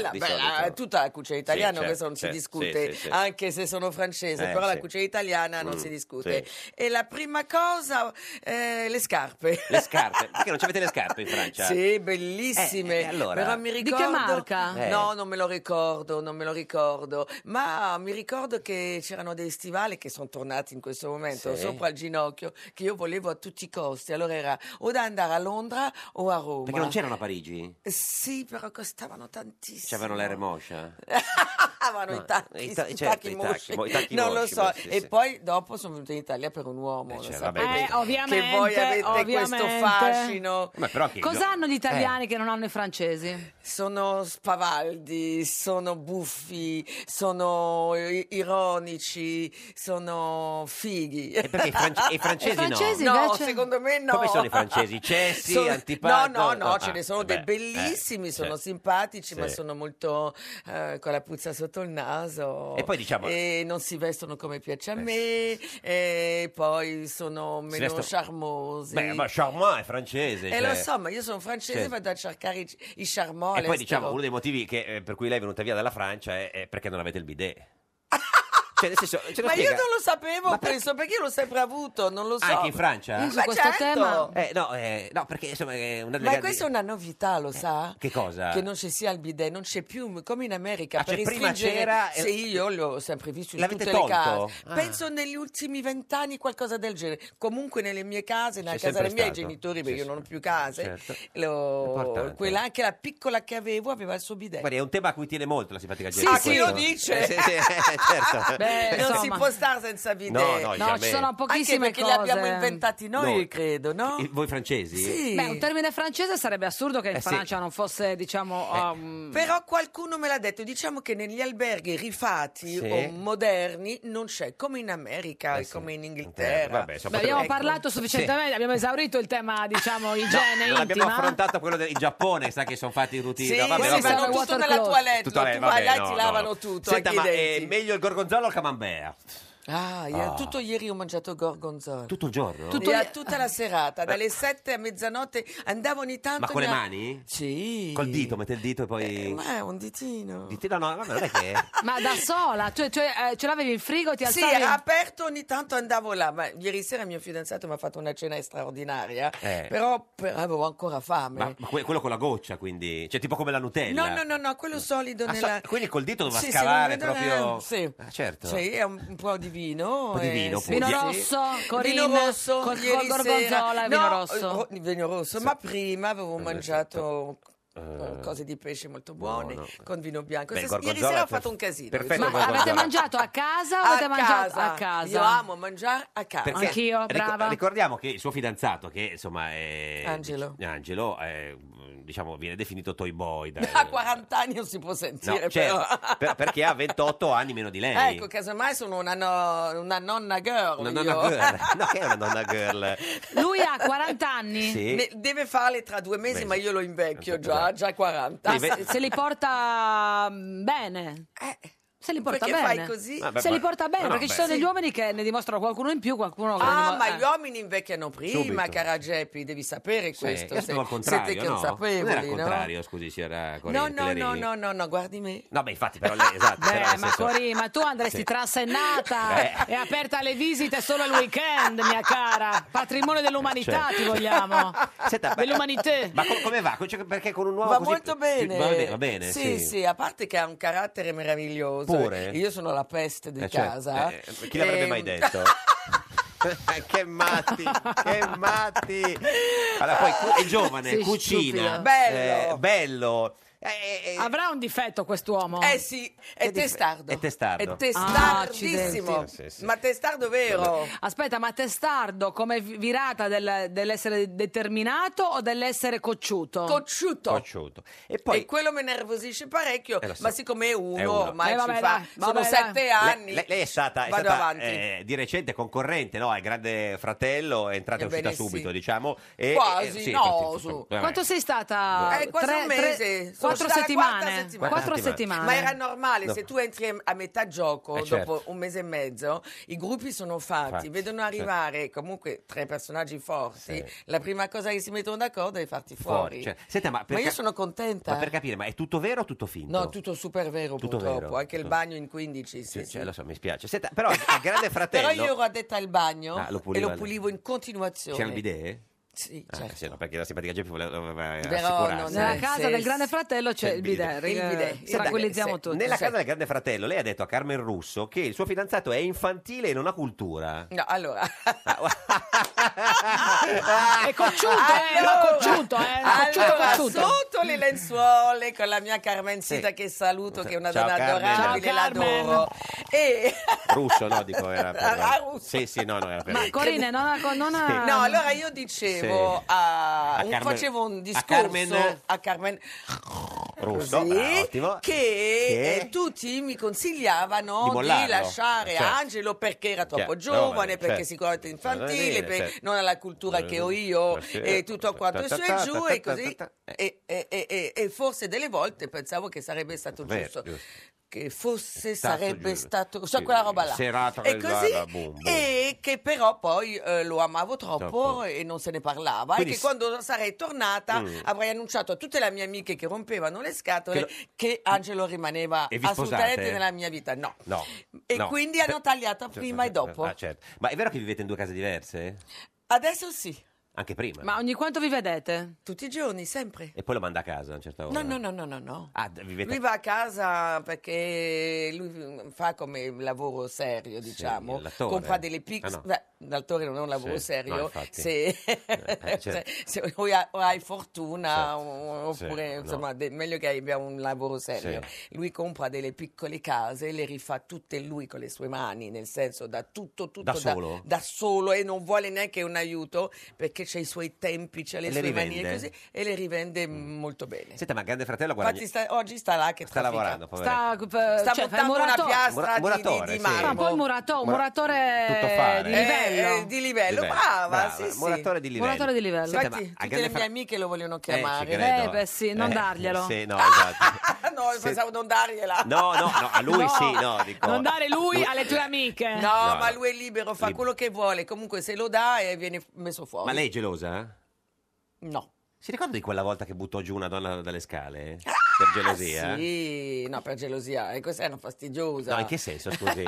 la-
di
beh, la-
solito.
tutta la cucina italiana,
certo,
questo non si
certo,
discute,
sì, sì, sì.
anche se sono francese,
Eh,
però
sì.
la cucina italiana non
Mm,
si discute. E la prima cosa, eh, le scarpe.
Le scarpe? Perché non ci avete le scarpe in Francia?
Sì, bellissime.
Cioè, Eh, eh, allora-
Però mi
Di
ricordo...
che marca?
Eh.
No, non me lo ricordo, non me lo ricordo. Ma mi ricordo che c'erano dei stivali che sono tornati in questo momento
Sì.
sopra il ginocchio che io volevo a tutti i costi. Allora era o da andare a Londra o a Roma.
Perché non c'erano a Parigi? Cioè,
Sì, però costavano tantissimo.
C'avevano la remoscia?
Eh, Avevano
No,
i tacchi,
i ta-
i
certo,
tacchi
i tacchi
mosci.
mo- i tacchi
non
mosci,
lo so.
sì,
e
sì.
poi dopo sono venuta in Italia per un uomo. lo
cioè,
sapete.
vabbè,
Eh, ovviamente,
che voi avete questo
ovviamente.
fascino.
Ma però che-
Cosa hanno gli italiani che non hanno i francesi?
Sono spavaldi, sono buffi, sono i- ironici, sono fighi. E
perché i franc- e i francesi no? francesi invece?
secondo me no.
Come sono i francesi? Cessi, antipatici?
No, no, no,
Ah,
ce ne sono
vabbè,
dei bellissimi,
eh,
sono
certo.
simpatici, ma
Sì.
sono molto eh, con la puzza sotto il naso.
E poi diciamo- Eh,
E non si vestono come piace a me, e poi sono
Si
meno
vestono-
charmosi.
Beh, ma Charmant è francese.
e
cioè.
Eh, lo so, ma io sono francese
Sì.
e vado a cercare i, i charmant
E poi
all'estero.
diciamo, uno dei motivi che, eh, per cui lei è venuta via dalla Francia è, è perché non avete il bidet. Cioè, nel senso, ce lo
Ma io
spiega?
non lo sapevo, penso, perché io l'ho sempre avuto, non lo so.
Anche in Francia?
Ma certo.
Eh, no, eh, no, perché insomma è Eh. una delle
Ma
grandi-
questa è una novità, lo sa?
Che cosa?
Che non ci sia il bidet, non c'è più, come in America.
Esatto. Ah, cioè,
per
prima
restringere-
c'era e-
Sì, io l'ho sempre visto in
L'avete
tutte le
tolto?
case.
Ah.
Penso negli ultimi vent'anni qualcosa del genere. Comunque nelle mie case, nella
C'è
casa dei
sempre
miei
stato.
genitori, perché
Sì,
io non ho più case,
certo.
lo-
Importante.
quella, anche la piccola che avevo aveva il suo bidet.
Guardi, è un tema a cui tiene molto la simpatica
Sì,
gente.
sì, lo dice.
Eh, sì, sì, eh, certo.
Beh, non si
insomma.
può stare senza bidet.
No, no, No, ci jamais. sono
pochissime
Anche perché li abbiamo
cose.
inventati noi,
No.
credo, no?
Eh, Voi francesi?
Beh, un termine francese sarebbe assurdo che in
Eh, sì.
Francia non fosse, diciamo.
Eh.
um,
Però qualcuno me l'ha detto, diciamo che negli alberghi rifatti
Sì.
o moderni non c'è, come in
Eh
America e come in Inghilterra.
Vabbè, insomma,
Beh, abbiamo
ecco.
parlato sufficientemente, abbiamo esaurito il tema, diciamo, igiene
non abbiamo
intima.
affrontato quello del in Giappone, sa che sono fatti in routine.
Sì,
no, vabbè,
sì,
vabbè.
fanno tutto
water
nella
closet.
toilette,
Tutto,
tu
eh,
vai
vabbè,
là e
no,
ti
no,
lavano
no.
tutto,
Senta,
anche
ma
i denti.
è meglio il gorgonzola o il camembert?
Ah, io-
Ah.
tutto ieri ho mangiato gorgonzola.
Tutto il giorno?
Tutto-
Ma
Io- tutta la serata, dalle 7 a mezzanotte andavo ogni tanto.
con le
nella-
mani?
Sì. Eh,
Col dito, mette il dito e poi...
Ma è un ditino.
Ditino no, vabbè, non è che...
Ma da sola, cioè, cioè, eh, ce l'avevi in frigo, ti
Sì,
alzavi.
era aperto, ogni tanto andavo là, ma ieri sera mio fidanzato mi ha fatto una cena straordinaria,
Eh.
però, però avevo ancora fame.
Ma, ma que- quello con la goccia, quindi... Cioè, tipo come la Nutella.
No, no, no, no, quello solido
Ah, so-
nella...
quindi col dito doveva
Sì, sì,
scavare
doveva-
proprio...
Sì.
Ah, certo.
Sì, è un, un po' di vino.
po' di
eh,
vino,
sì,
Vino
sì.
rosso, Corinne,
Vino rosso,
col- col
ieri
gorgonzola
sera.
e vino
No,
rosso.
ro- vino rosso, ma prima avevo mangiato...
Eh.
Cose di pesce molto buone
Buono.
con vino bianco.
Beh,
Se-
gorgonzola
ieri sera
è
ho fatto
per-
un casino.
perfetto
insomma.
Ma gorgonzola.
Avete mangiato a casa o avete mangiato a casa?
Io amo mangiare a casa.
Perché
Anch'io,
ric-
brava.
ricordiamo che il suo fidanzato, che insomma è
Angelo.
Angelo, eh, diciamo, viene definito toy boy. da-
A 40 anni non si può
Eh,
sentire,
No,
Ah, però.
certo, per- perché ha 28 anni meno di lei.
Ecco, casomai sono una, no- una nonna girl.
una
io.
nonna girl. No, che è una nonna girl?
Lui ha 40 anni.
Sì.
Ne- deve farle tra due mesi,
Mesi.
ma io lo invecchio già,
Esatto.
già 40.
Ma Ah, se, se li porta mm, bene. Se li porta
Eh, perché
bene.
fai così? Vabbè,
se
ma-
li porta bene,
no, no,
perché ci
beh,
sono
sì.
degli uomini che ne dimostrano qualcuno in più, qualcuno che ne
Ah,
dimostra-
ma
eh.
gli uomini invecchiano prima,
Subito.
cara Geppi, devi sapere questo.
io
se-
sono al contrario,
siete
no?
consapevoli,
non era al
no?
contrario, scusi, signora
No,
Corini
no, no, no, no, no, guardi me.
No, beh, infatti, però lei, esatto.
Beh,
però nel
ma
senso-
Corì, ma tu andresti
Sì.
trasennata
Eh.
e aperta alle visite solo al weekend, mia cara. Patrimonio dell'umanità,
Certo.
ti vogliamo.
Senta, ma-
Dell'umanità.
Ma co- come va? Cioè, perché con un uomo
Va
così-
molto bene.
Va bene, va bene,
sì,
sì.
a parte che ha un carattere meraviglioso.
Pure?
Io sono la peste di
Eh, cioè,
casa.
eh, chi l'avrebbe
Ehm,
mai detto? Eh, che matti, che matti. Allora, poi cu- è giovane,
Sì,
cucina,
stupido.
eh, bello. eh,
Avrà un difetto quest'uomo?
Eh sì, è testardo.
È testardo.
È testardissimo.
Ah, sì, sì.
Ma testardo vero?
Aspetta, ma testardo come vi- virata del- dell'essere determinato o dell'essere cocciuto?
Cocciuto.
Cocciuto. E
E quello mi nervosisce parecchio,
Eh, lo so.
ma siccome è uno,
È uno.
ormai
Eh,
ci
vabbè,
fa,
dai,
sono
vabbè, dai.
sette
Le-
anni.
Lei, lei è stata, è
Vado
stata,
avanti.
eh, di recente concorrente no, al Grande Fratello, è entrata e
Ebbene
uscita
sì.
subito, diciamo. E,
Quasi,
e- sì,
no,
quasi,
su.
insomma, vabbè.
Quanto sei stata?
Eh, quasi
Tre-
un
tre-
mese.
quattro
Sono stata alla quarta
settimane.
settimana.
Quattro
Quarta
settimane.
Ma era normale,
No.
se tu entri a metà gioco
Eh, certo.
dopo un mese e mezzo, i gruppi sono fatti,
Fatti, certo.
vedono arrivare comunque tre personaggi forti, la prima cosa che si mettono d'accordo è farti
Fuori,
fuori.
cioè, senta, ma, per
ma io
cap-
sono contenta.
ma per capire, ma è tutto vero o tutto finto?
No, tutto super vero
Tutto
purtroppo,
vero,
anche il
tutto-
bagno in 15, sì,
Sì,
sì.
cioè, lo so, mi spiace. Senta, però a Grande Fratello
Però io ero addetta al bagno
Ah, lo
e
puliva
lo
lei.
pulivo in continuazione.
c'era il bidet?
Sì,
Ah,
certo.
sì, no, perché la simpatica Geppi voleva voleva
Però
assicurarsi.
non è-
Nella casa
Sì,
del
sì.
Grande Fratello c'è il bidet.
Il
raga,
bidet, il
Tranquillizziamo
bidet, sì.
tutti.
Nella
Sì.
casa del Grande Fratello lei ha detto a Carmen Russo che il suo fidanzato è infantile e non ha cultura.
No, allora. Ah,
è cocciuto, eh, l'ho cocciuto, eh, l'ho cocciuto,
allora,
cocciuto.
sotto le lenzuola con la mia Carmencita che saluto, che è una
Ciao,
donna
Carmen.
adorabile,
Ciao, Carmen.
l'adoro. E
Russo, no, dico era per...
Ah, russo.
Sì, sì, no, no, era per...
Ma Corine, non ha... non ha-
Sì.
No, allora io dicevo,
Sì.
a-
A
un-
Carmen-
facevo un
a
discorso
Carmen-
a Carmen
Russo,
così,
bravo, eh, ottimo.
che,
Che?
eh, tutti mi consigliavano
Di
di,
mollarlo.
lasciare
Certo.
Angelo perché era troppo
Chiaro,
giovane,
giovane,
perché
certo.
sicuramente infantile,
Giovanile,
per-
certo.
non ha la cultura che ho io
Eh, sì.
e tutto quanto
Ta,
su
ta,
e
ta,
giù
ta,
e
ta,
così.
ta, ta.
E, e- e- e- e forse delle volte pensavo che sarebbe stato
Vero,
giusto.
giusto.
Che forse
Stato
sarebbe
giusto.
stato, cioè
Sì,
quella roba là.
serata
e
che va
così,
da boom, boom.
e che però poi eh, lo amavo troppo,
Troppo.
e non se ne parlava.
Quindi
e che
s-
quando sarei tornata
Mm.
avrei annunciato a tutte le mie amiche che rompevano le scatole che,
Che lo-
Angelo rimaneva
E vi
assolutamente
sposate?
nella mia vita. No.
No.
E
no.
quindi hanno tagliato
Certo,
prima e
certo.
dopo.
Ah, certo. Ma è vero che vivete in due case diverse?
Adesso sì,
Anche prima?
Ma ogni quanto vi vedete?
tutti i giorni, sempre.
E poi lo manda a casa a una certa ora?
No, no, no, no, no, no.
Ah, d- vivete...
Lui va a casa perché lui mm, fa come lavoro serio, diciamo.
l'attore.
Compra delle piccole.
Ah, no.
L'attore non è un
Sì,
lavoro
no,
serio.
infatti. Eh,
se, se,
certo.
se o hai, o hai fortuna,
Certo.
o- oppure
Sì, no.
insomma, de- meglio che abbia un lavoro serio.
Sì.
Lui compra delle piccole case, le rifà tutte lui con le sue mani, nel senso da tutto, tutto
Da solo?
da solo e non vuole neanche un aiuto perché c'è i suoi tempi, c'è le,
E le
sue manie
rivende? Mm.
così e le rivende molto bene.
Senta, ma Grande Fratello guadagna...
Infatti sta- oggi sta là che
Sta
traffica.
lavorando, povero.
Sta, eh,
Sta
cioè, fa il
montando una
muratore.
piastra
Mura-
di- di,
muratore,
di
sì.
marmo.
Ma poi il murato- un
Mura-
muratore
tutto fare.
di
Eh,
livello.
Eh, eh, di
Livello.
livello, brava,
Brava,
sì, sì.
muratore di livello.
Muratore di livello.
Senta,
Infatti
ma a
tutte
Grande
le mie
Fra-
amiche lo vogliono
Eh, ci
chiamare.
credo.
Eh, beh, sì, non darglielo.
Sì, no, esatto.
Ah, no,
Se-
pensavo non dargliela.
No, no, no, a lui
No,
sì, no, dico.
Non dare lui
Lui-
alle tue amiche.
No,
No,
ma
no.
lui è libero, fa
Libero.
quello che vuole. Comunque se lo dà e viene messo fuori.
Ma lei è gelosa?
No.
Si ricorda di quella volta che buttò giù una donna dalle scale? Per gelosia?
Ah,
eh?
Sì, no, per gelosia. E questa è una fastidiosa.
No, in che senso, scusi?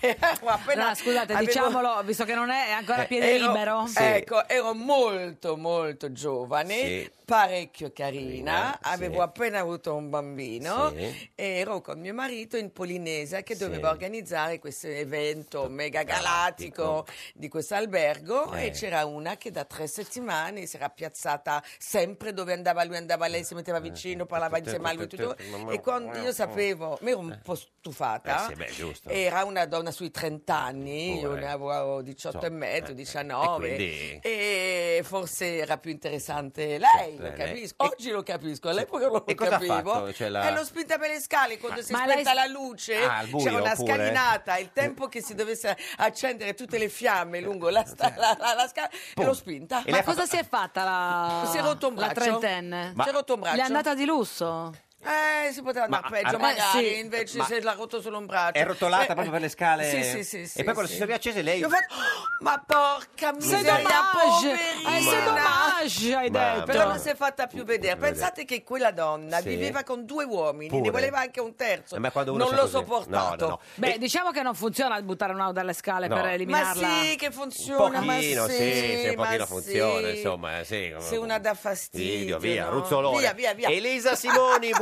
Ero appena-
No, Ah, scusate, diciamo
avevo-
diciamolo, visto che non è ancora a
Eh,
piede
Ero-
libero.
Sì.
Ecco, ero molto molto giovane,
Sì.
parecchio carina,
Carina,
avevo
sì.
appena avuto un bambino
Sì.
e ero con mio marito in Polinesia che
Sì.
doveva organizzare questo evento mega galattico di questo albergo
Eh.
e c'era una che
Eh,
da tre settimane si era piazzata sempre dove andava lui, andava lei, si metteva vicino, parlava
tutto
che mal vi tutto. E quando io sapevo, mi ero un po'
Eh,
stufata.
sì, beh, giusto.
Era una donna sui 30 anni, io
Eh.
ne avevo 18 e
So,
mezzo,
eh,
19.
e quindi-
E forse era più interessante lei,
Sì,
lo
lei-
capisco. Oggi lo capisco, all'epoca non lo
e cosa ha
capivo. Eh,
fatto? Cioè, la-
E l'ho spinta per le scale quando si
Ma
aspetta
lei-
la luce,
Ah, al buio,
c'era una
oppure?
scalinata, il tempo che si dovesse accendere tutte le fiamme lungo la, sta- la- la- la scala, e l'ho spinta.
Ma cosa si è fatta la,
Si è rotto un
la
braccio.
trentenne?
Ma- Si è rotto un braccio.
Le è andata di lusso?
Eh, si poteva andare
Ma-
peggio,
eh,
magari
sì.
invece
Ma-
se l'ha rotto solo un braccio.
È rotolata
Eh,
proprio per le scale.
Sì, sì, sì. sì,
E poi quando
sì.
si sono riaccese lei.
Io ho fatto, "Oh, ma porca miseria,
dommage! Eh, c'est dommage, hai
Mamma
poverina!
detto.
Però non si è fatta più vedere.
Vedere.
Pensate che quella donna
Sì.
viveva con due uomini, ne
Pure.
voleva anche un terzo.
Eh, ma quando uno
non
c'è
l'ho
così-
sopportato.
no, no, no.
Beh, diciamo che non funziona buttare una dalle scale
No.
per
Ma
eliminarla.
Ma sì, che funziona. ma
pochino, sì, sì, un
ma
pochino
sì.
funziona, insomma, eh, sì, come-
Se una dà fastidio,
Fastidio, via,
no?
ruzzolone.
Via, via, via.
Elisa Simoni,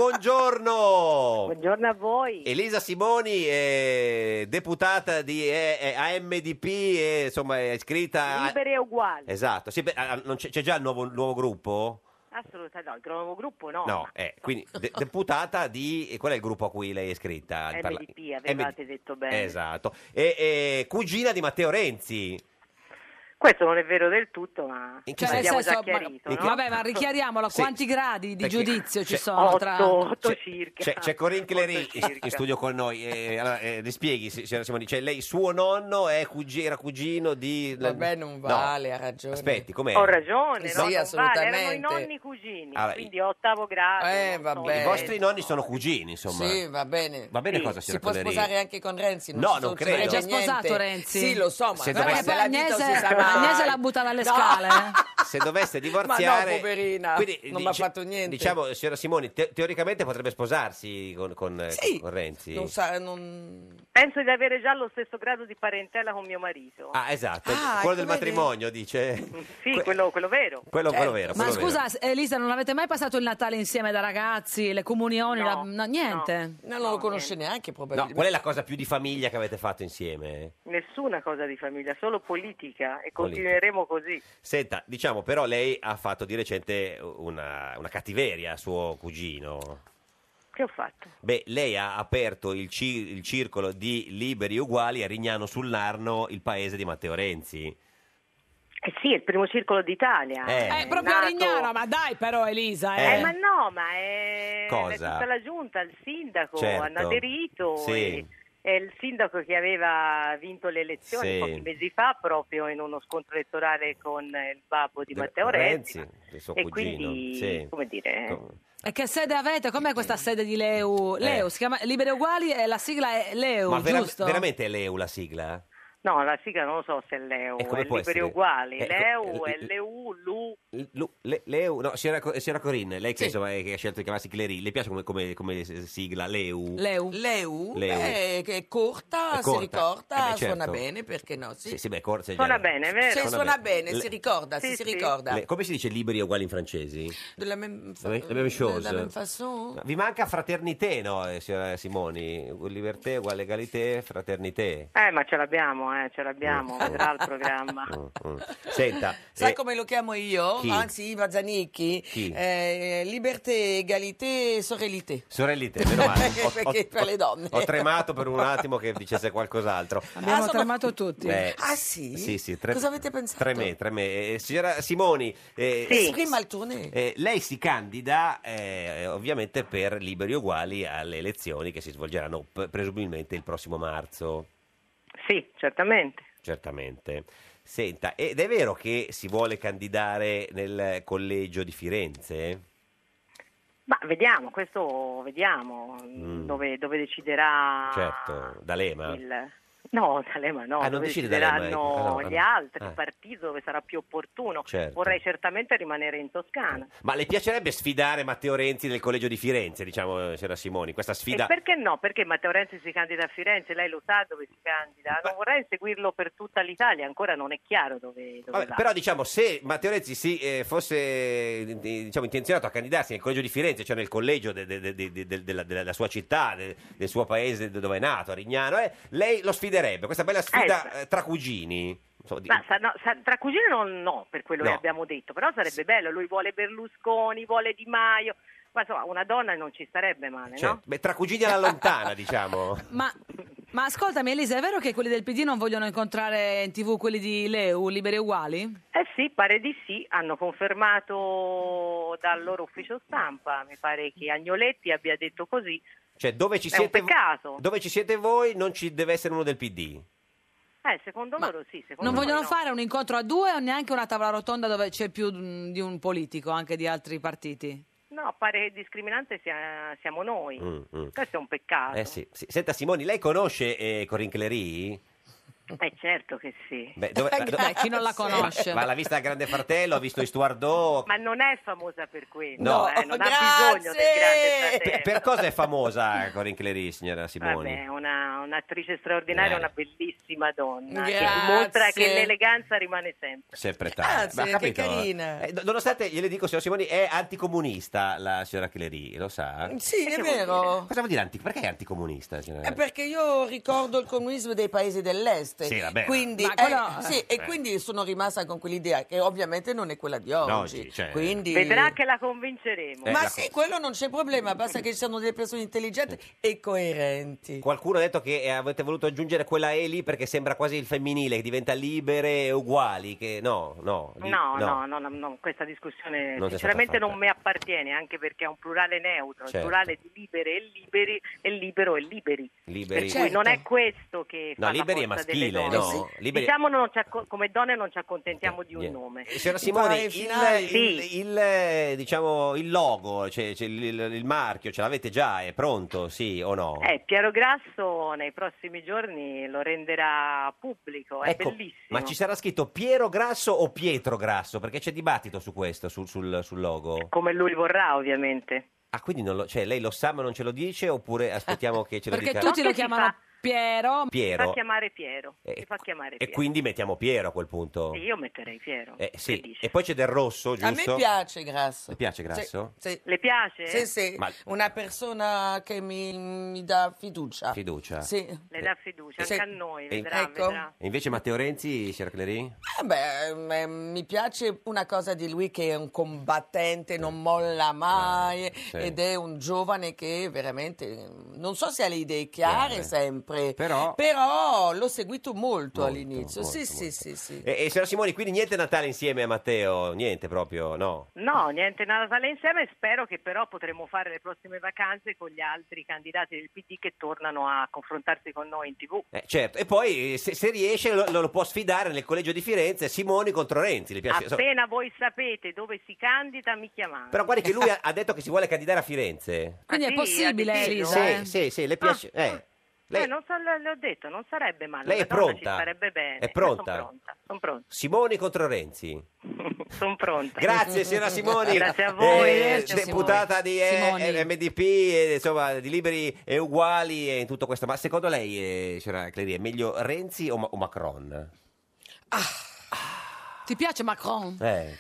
buongiorno.
Buongiorno a voi.
Elisa Simoni è deputata di eh, eh, AMDP, e, insomma è iscritta... a-
Liberi e uguali.
Esatto, sì, beh, ah, non c'è, c'è già il nuovo, il nuovo gruppo?
Assolutamente no, il nuovo gruppo no.
No, eh, quindi de- deputata di... e Qual è il gruppo a cui lei è iscritta? Il parla-
MDP avevate
MD
detto bene.
Esatto. E, e cugina di Matteo Renzi.
Questo non è vero del tutto, ma
In che
l'abbiamo
senso?
già
In che-
chiarito, no?
in che-
Vabbè, Cioè, ma richiariamolo,
Sì.
quanti gradi di
Perché
giudizio ci
c'è-
sono tra... cioè
c'è, circa. C'è, c'è Corinne Clery in, in studio con noi. Eh, allora, eh, le spieghi, si- signora Simoni. Cioè, lei, suo nonno, è cugi- era cugino di...
Vabbè,
No.
non vale, ha ragione.
Aspetti, com'è?
Ho ragione,
Sì,
no? Non vale,
assolutamente.
Erano i nonni cugini,
Allora,
quindi ottavo grado.
Eh,
non so.
vabbè.
I vostri nonni sono cugini, insomma.
Sì, va bene.
Va bene
Sì.
cosa,
Si
signora
può
Polerini?
sposare anche con Renzi?
No,
si
non
succede
credo. È già
niente.
sposato Renzi?
Sì, lo so, ma
Se
guarda
dovesse-
che
Poi
la vita
Agnese,
si sa mai.
Agnese la butta dalle scale. eh?
Se dovesse
Ma
divorziare...
no, poverina,
Quindi,
non mi
dice-
ha fatto niente.
Diciamo, signora Simoni, te- teoricamente potrebbe sposarsi con, con, eh,
Sì.
con Renzi.
Non
sa- non-
Penso di avere già lo stesso grado di parentela con mio marito.
Ah, esatto,
Ah, ecco,
quello del
vedi?
matrimonio, dice.
Sì, quello, quello vero.
Quello, quello vero.
Cioè, Ma
quello vero.
scusa, Elisa, non avete mai passato il Natale insieme da ragazzi, le comunioni, la- no, niente?
No, non lo conosce neanche
No,
probabilmente.
qual è la cosa più di famiglia che avete fatto insieme?
Nessuna cosa di famiglia, solo politica e
Politica.
continueremo così.
Senta, diciamo però lei ha fatto di recente una, una cattiveria a suo cugino.
Che ho fatto?
Beh, lei ha aperto il, ci- il circolo di Liberi Uguali a Rignano sul Narno, il paese di Matteo Renzi.
Eh sì, è il primo circolo d'Italia.
Eh.
È proprio a
nato-
Rignano, ma dai però Elisa, eh.
Eh, ma no, ma è,
Cosa?
è tutta la giunta, il sindaco
Certo.
hanno aderito.
Sì.
e- È il sindaco che aveva vinto le elezioni
Sì.
pochi mesi fa proprio in uno scontro elettorale con il babbo di
De-
Matteo Renzi.
del suo
e
cugino.
quindi,
sì.
come dire, eh,
E che sede avete? Com'è questa sede di Leu? Leu, si chiama Libere Uguali e la sigla è
Eh,
Leu,
Eh. Ma vera-
giusto?
veramente è Leu la sigla?
No, la sigla non lo so se è Leu,
E come
è
può
liberi
essere?
uguali,
Eh,
Leu,
eh,
è Leu, Lu,
Lu- le- Leu, no, signora, Co- signora Corinne, lei che, insomma, eh, che ha scelto di chiamarsi Clery, le piace come, come- come sigla Leu?
Leu. Leu,
Leu.
beh, che è corta,
È corta.
si ricorda,
Eh beh, certo.
suona bene, perché no? Sì.
Sì, sì, beh, cor- se-
Suona
bene, vero?
Se suona bene,
Le-
si ricorda, si, si ricorda.
le- come si dice liberi e uguali in francese?
Della même fa-
La me- la même chose.
della même façon.
Vi manca fraternité, no, eh, signora Simoni? Liberté, uguale legalité, fraternité.
Eh, ma ce l'abbiamo, eh, ce l'abbiamo,
Mm.
vedrà il programma.
Mm. Senta,
Sai
eh,
come lo chiamo io?
Chi?
Oh, Anzi, Iva Zanicchi?
Chi?
Eh, liberté, egalité, sorellité.
sorellite, meno male. Ho- ho-
Perché per le donne.
Ho tremato per un attimo che dicesse qualcos'altro.
Abbiamo
sono-
tremato tutti.
Beh,
Ah, sì?
Sì, sì, tre-
Cosa avete pensato?
Tremè, tremè. Eh, signora Simoni, eh,
Esprima il tuo ne.
Eh, lei si candida eh, ovviamente per liberi e uguali alle elezioni che si svolgeranno p- presumibilmente il prossimo marzo,
Sì, certamente.
certamente. Senta, ed è vero che si vuole candidare nel collegio di Firenze?
Ma vediamo, questo vediamo
Mm.
dove, dove deciderà
Certo, D'Alema.
il... No, D'Alema no,
Ah, non
dove
decide D'Alema,
decideranno
ecco, ah, no,
gli
ah,
altri,
ah.
il partito dove sarà più opportuno.
Certo. Eh,
Vorrei certamente rimanere in Toscana.
Ma le piacerebbe sfidare Matteo Renzi nel collegio di Firenze, diciamo, eh, signora Simoni? Questa
E
sfida...
perché no? Perché Matteo Renzi si candida a Firenze, lei lo sa dove si candida. Non vorrei seguirlo per tutta l'Italia, ancora non è chiaro dove, dove
Vabbè,
va.
però diciamo, se Matteo Renzi si, eh, fosse eh, diciamo, intenzionato a candidarsi nel collegio di Firenze, cioè nel collegio de- de- de- de- de- della, della- della sua città, de- del suo paese de- dove è nato, a Rignano, eh, lei lo sfiderebbe, questa bella sfida eh, tra cugini. Insomma, di-
Ma sa- no, sa- tra cugine non no, per quello
No.
che abbiamo detto, però sarebbe bello, lui vuole Berlusconi, vuole Di Maio, Ma insomma, una donna non ci starebbe male,
Cioè,
no?
beh, tra cugini alla lontana, diciamo.
Ma, ma ascoltami Elisa, è vero che quelli del PD non vogliono incontrare in tv quelli di Leu, Liberi e Uguali?
Eh sì, pare di sì, hanno confermato dal loro ufficio stampa, mi pare che Agnoletti abbia detto così.
Cioè, dove ci
È un
siete
peccato.
dove ci siete voi non ci deve essere uno del PD.
Eh, secondo loro sì, secondo
Non
me
vogliono
no.
fare un incontro a due o neanche una tavola rotonda dove c'è più mm, di un politico, anche di altri partiti?
No, pare che discriminante sia- siamo noi.
Mm, mm.
Questo è un peccato.
Eh sì, sì. Senta Simoni, lei conosce eh, Corinne Clery?
Eh certo che sì.
Beh, dove- ma dove-
Beh, chi non la conosce?
Ma, ma l'ha vista a Grande Fratello, ha visto Istuardo.
Ma non è famosa per quello,
No.
eh, non
Grazie!
ha bisogno del grande fratello.
Per, per cosa è famosa Corinne Clery, signora Simoni?
Vabbè, una, un'attrice
Eh.
straordinaria, una bellissima donna, che
Grazie.
dimostra che l'eleganza rimane sempre.
Sempre
Ah,
tanto.
Grazie,
Ma
che
capito?
carina.
Eh, do- nonostante, gliele dico, signora Simoni, è anticomunista la signora Clery, lo sa?
Sì, è vero. Eh,
Cosa vuol dire anti- Perché è anticomunista, signora?
È perché io ricordo il comunismo dei paesi dell'est.
Sì, vabbè.
Quindi,
Ma
eh,
quello-
sì,
Eh.
e quindi sono rimasta con quell'idea che ovviamente non è quella di oggi.
oggi, cioè-
Quindi-
Vedrà che la convinceremo.
Eh,
Ma sì, quello non c'è problema, basta che ci siano delle persone intelligenti e coerenti.
Qualcuno ha detto che eh, avete voluto aggiungere quella E lì perché sembra quasi il femminile, che diventa libere e uguali. Che no, no. li-
No, no, no, no, no, questa discussione
Non c'è
sinceramente
stata
non mi appartiene, anche perché è un plurale neutro,
Certo.
il plurale di libere e liberi e libero e liberi.
Liberi.
Per cui non è questo che
No,
fa
liberi è
la forza
maschile,
delle donne.
no, liberi-
Diciamo non ci acco- come donne non ci accontentiamo di un
niente.
nome.
Eh, Signora Simone, il, il-
Sì.
il, eh, diciamo, il logo, cioè, cioè, il, il- il marchio, ce l'avete già? È pronto, sì o no?
Eh, Piero Grasso nei prossimi giorni lo renderà pubblico, è
Ecco,
bellissimo.
ma ci sarà scritto Piero Grasso o Pietro Grasso? Perché c'è dibattito su questo, sul, sul- sul logo.
Come lui vorrà, ovviamente.
Ah, quindi non lo- cioè, lei lo sa ma non ce lo dice oppure aspettiamo che ce lo
Perché
dica?
tutti lo chiamano Piero.
Piero.
Si fa chiamare Piero.
Eh,
si fa chiamare
E
Piero.
quindi mettiamo Piero a quel punto.
Sì, io metterei Piero.
Eh, sì. E poi c'è del rosso, giusto?
A me piace Grasso.
Le piace Grasso?
Le piace?
Sì, sì,
Ma-
una persona che mi, mi dà fiducia.
Fiducia. Eh,
Sì.
Le dà fiducia
Sì.
anche a noi,
E-
vedrà,
Ecco.
vedrà.
E invece Matteo Renzi, signora Clery?
Eh beh, m- mi piace una cosa di lui che è un combattente, non molla mai
Ah, sì.
ed è un giovane che veramente non so se ha le idee chiare
Chiare.
sempre,
Però-
Eh, però l'ho seguito molto, all'inizio. sì, sì, sì, sì.
E, e signora Simoni, quindi niente Natale insieme a Matteo? Niente proprio, no?
No, niente Natale insieme, spero che però potremo fare le prossime vacanze con gli altri candidati del PD che tornano a confrontarsi con noi in tv.
Eh, certo, e poi eh, se, se riesce lo, lo- lo può sfidare nel collegio di Firenze Simoni contro Renzi. Le piace- insomma.
Appena voi sapete dove si candida, mi chiamate.
Però guardi che lui ha, ha detto che si vuole candidare a Firenze.
Ah, Quindi è possibile, Elisa,
Sì,
eh?
sì, sì, le piace. eh, lei-
Ah. Eh, non so, le le ho detto, non sarebbe male.
Lei
una
è
donna
pronta? Eh.
Ci sarebbe bene.
È pronta?
Sono pronta. Sono pronta.
Simoni contro Renzi.
Sono pronta.
Grazie signora Simoni.
Grazie a voi.
Eh,
Grazie,
deputata
Simoni.
di eh, MDP, eh, insomma, di Liberi e Uguali e in tutto questo. Ma secondo lei, eh, signora Clery, è meglio Renzi o, Ma- o Macron?
Ti piace Macron?
Eh,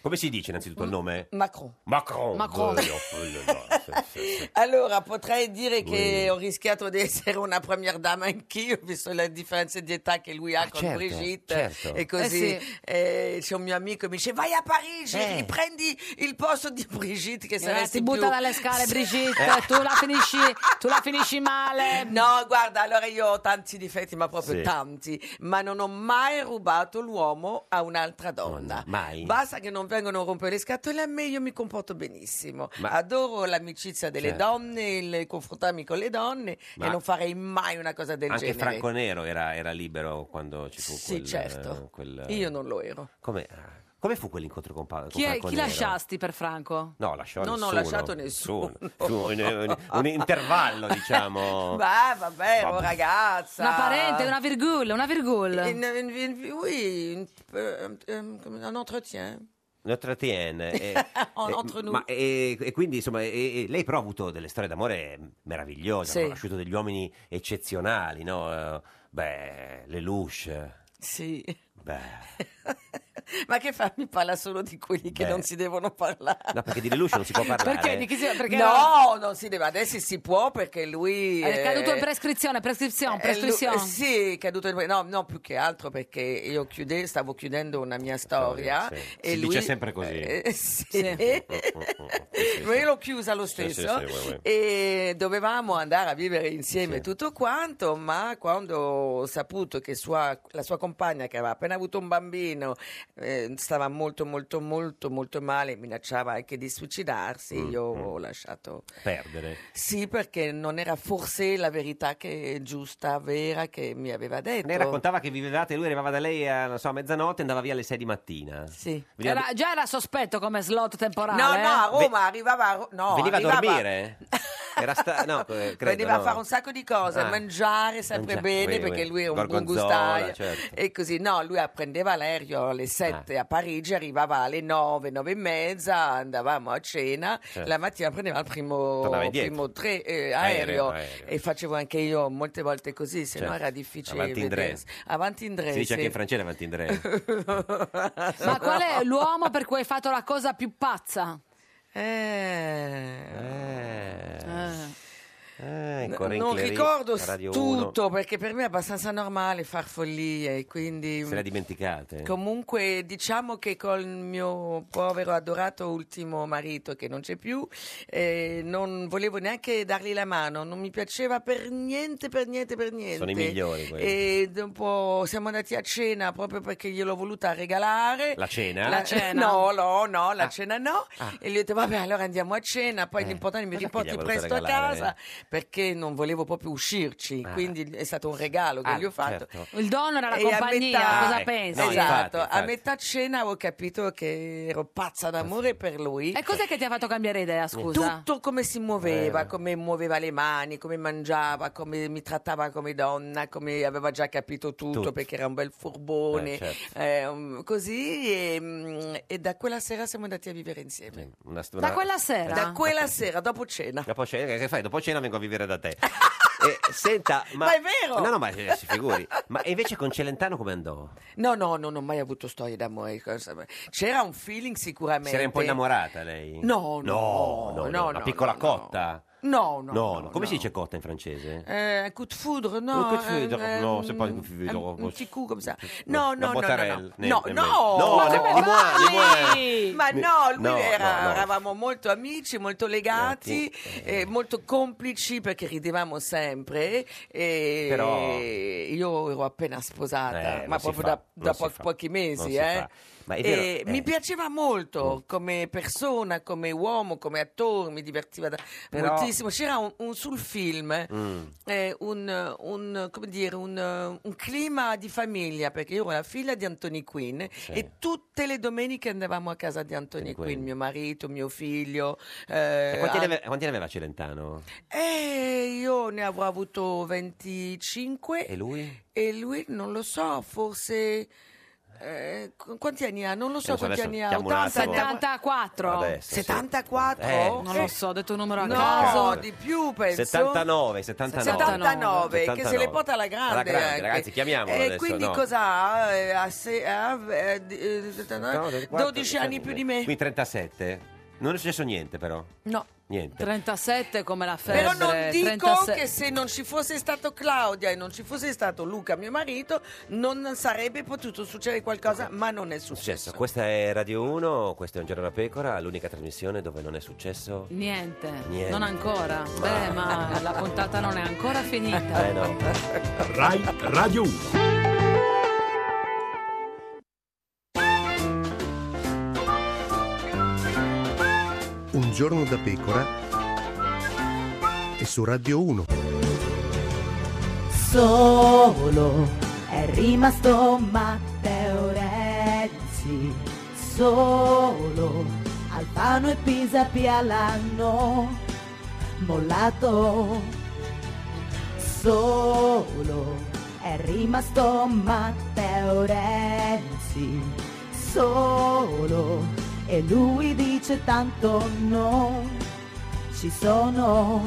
come si dice innanzitutto il nome?
Macron.
Macron.
Macron.
Voglio- voglio- no, sì, sì, sì.
Allora, potrei dire che
Lui-
ho rischiato di essere una première dama anch'io, visto la differenza di età che lui ha con
certo,
Brigitte.
certo.
E così
Eh sì.
eh, c'è un mio amico che mi dice: Vai a Parigi,
Eh.
riprendi il posto di Brigitte, che
Eh,
saresti
ti butta
più-
dalle scale
Sì.
Brigitte, tu, la finisci, tu la finisci male.
No, guarda, allora io ho tanti difetti, ma proprio
Sì.
tanti, ma non ho mai rubato l'uomo a un'altra donna.
mai.
Basta che non vengano a rompere le scatole, a me io mi comporto benissimo.
Ma-
Adoro l'amicizia delle
Certo.
donne, il confrontarmi con le donne
Ma-
e non farei mai una cosa del
Anche
genere.
Franco Nero era, era libero quando ci fu
Sì,
quel... eh,
certo.
quel-
Io non lo ero.
Come, ah, come fu quell'incontro con, Pa- con
Chi, è-
Franco
chi
Nero?
lasciasti per Franco?
No, lasciò
Non ho
nessuno.
lasciato nessuno.
Fu un, un- un intervallo, diciamo.
Bah, vabbè, oh,
Vabbè.
ragazza.
Una parente, una virgola, una virgola.
In- in- in- oui, in- eh, eh, come- un entretien.
Notre Tiene. eh,
On
eh,
entre nous.
ma, eh, e quindi, insomma, eh, eh, lei però ha avuto delle storie d'amore meravigliose,
Sì.
ha conosciuto degli uomini eccezionali, no? Eh, Beh, Lelouch.
Sì.
Beh,
Ma che fa? Mi parla solo di quelli che
Beh.
non si devono parlare.
No, perché di Lelouch non si può parlare. eh.
Perché? Di chi si- perché
no, non si deve. Adesso si può perché lui...
È caduto in
eh,
prescrizione, prescrizione,
eh, lui-
prescrizione.
sì, è caduto in prescrizione. No, no, più che altro perché io chiude- stavo chiudendo una mia storia. E
si
lui...
dice sempre così.
Eh, sì.
Ma
io l'ho chiusa lo stesso
sì, sì, vuoi, vuoi.
e dovevamo andare a vivere insieme tutto quanto, ma quando ho saputo che sua- la sua compagna che aveva appena avuto un bambino eh, stava molto molto molto molto male, minacciava anche di suicidarsi,
Mm,
io
mm.
ho lasciato.
Perdere.
Sì, perché non era forse la verità che giusta, vera che mi aveva detto.
Lei raccontava che vivevate, lui arrivava da lei a, non so, a mezzanotte e andava via alle 6 di mattina.
Sì.
Veniva,
Era- già era sospetto come slot temporale.
No,
eh?
no, a Roma arrivava a Ro- no,
veniva
arrivava-
a dormire? Era sta- no, eh, credo,
Veniva a
no.
fare un sacco di cose,
Ah.
mangiare sempre
Mangia-
bene
vedi,
perché
vedi.
lui è un buon
Gorgonzola,
gustaio
certo. Ah.
e così. No, lui prendeva l'aereo alle 7 a Parigi, arrivava alle 9, 9 e mezza, andavamo a cena,
Certo.
la mattina prendeva il primo,
Tornava indietro.
primo tre, eh, aereo,
Aereo,
e facevo anche io molte volte così, se no
Certo.
era difficile.
Avanti in
vedersi. Avanti in
Si dice
dress.
anche in francese avanti in dress.
Ma qual è l'uomo per cui hai fatto la cosa più pazza?
Eh, ancora in
Eh. non
Clery,
ricordo s-
Eh. Radio Uno.
tutto perché per me è abbastanza normale far follie quindi
Se l'ha dimenticate.
comunque diciamo che col mio povero adorato ultimo marito che non c'è più eh, non volevo neanche dargli la mano non mi piaceva per niente per niente per niente
Sono i migliori quelli.
e dopo siamo andati a cena proprio perché gliel'ho voluta regalare
La cena?
La-
La cena?
no no no la
Ah.
cena no
Ah. Eh.
e gli ho detto vabbè allora andiamo a cena poi l'importante è che mi
cosa che gli
riporti
ha voluto
presto a
regalare?
casa perché non volevo proprio uscirci,
Ah.
quindi è stato un regalo che
Ah,
gli ho fatto.
certo.
Il dono era la
E a
compagnia,
metà-
cosa
Eh,
pensi?
no,
esatto,
infatti, infatti.
a metà cena ho capito che ero pazza d'amore per lui.
E cos'è che ti ha fatto cambiare idea, scusa?
Tutto come si muoveva,
Eh.
come muoveva le mani, come mangiava, come mi trattava come donna, come aveva già capito tutto,
Tutto.
perché era un bel furbone,
Eh, certo.
eh, um, così e, mm, e da quella sera siamo andati a vivere insieme.
Una st-
Da
una-
quella sera? Da quella sera, dopo cena.
Dopo cena, che fai? Dopo cena vengo a vivere da te. E, senta, ma...
Ma è vero!
No, no, ma eh, si figuri. Ma e invece con Celentano come andò?
No, no, non ho mai avuto storie d'amore. cosa- C'era un feeling sicuramente.
Si era un po' innamorata lei?
No, no,
no,
no,
una
no,
piccola
no,
cotta.
No, no.
No, no, come si dice cotta in francese?
Eh, coup de foudre, no.
Un coup de foudre,
eh,
no,
eh,
c'est pas un coup de foudre,
Un, un
moi,
petit coup come ça. No,
una
no, no, no,
mozzarella,
no.
ne-
No,
ne-
no.
no,
Ma
ne-
come
di moi, di moi.
fai? Ma
Ne-
no, lui
no,
era,
no, no.
eravamo molto amici, molto legati, eh, molto complici perché ridevamo sempre. E
Però-
io ero appena sposata,
Eh,
ma
non si
proprio
fa,
da,
non
da
si
po-
fa,
pochi
non
mesi,
si
eh.
fa. Ma è vero,
e
eh. Mm.
mi piaceva molto come persona, come uomo, come attore, mi divertiva da-
Però-
moltissimo. C'era un, un- sul film
Mm.
eh, un, un, come dire, un, un clima di famiglia, perché io ero la figlia di Anthony Quinn e tutte le domeniche andavamo a casa di Anthony Quinn, mio marito, mio figlio. eh,
E quanti, ne
an-
aveva, quanti ne aveva Celentano?
eh, io ne avrò avuto 25
E lui?
e lui non lo so, forse... eh, qu- quanti anni ha? Non lo so
Eh, adesso
quanti anni ha.
chiamo un
80,
attimo.
74.
Adesso, sì.
74?
Eh,
Non lo so, ho detto un numero a
No,
caso.
di più penso.
79, 79.
79, che se le porta alla grande,
Alla grande,
anche.
ragazzi, chiamiamolo
E
adesso,
quindi
no.
cosa ha? Eh, ha se- ha, eh, di- eh, 12 anni più di me.
Qui 37. Non è successo niente però.
No.
Niente.
37 come la
Però
febbre.
non dico
36.
che se non ci fosse stato Claudia e non ci fosse stato Luca, mio marito, non sarebbe potuto succedere qualcosa, ma non è successo.
Successo. Questa è Radio 1, questo è Un giorno da pecora, l'unica trasmissione dove non è successo
Niente.
Niente.
non ancora. Beh, ma la puntata non è ancora finita.
Eh no.
Rai Radio 1.
Un giorno da pecora e su Radio 1.
Solo è rimasto Matteo Renzi, solo Alfano e Pisa Pia l'hanno mollato. Solo è rimasto Matteo Renzi, solo e lui dice tanto non ci sono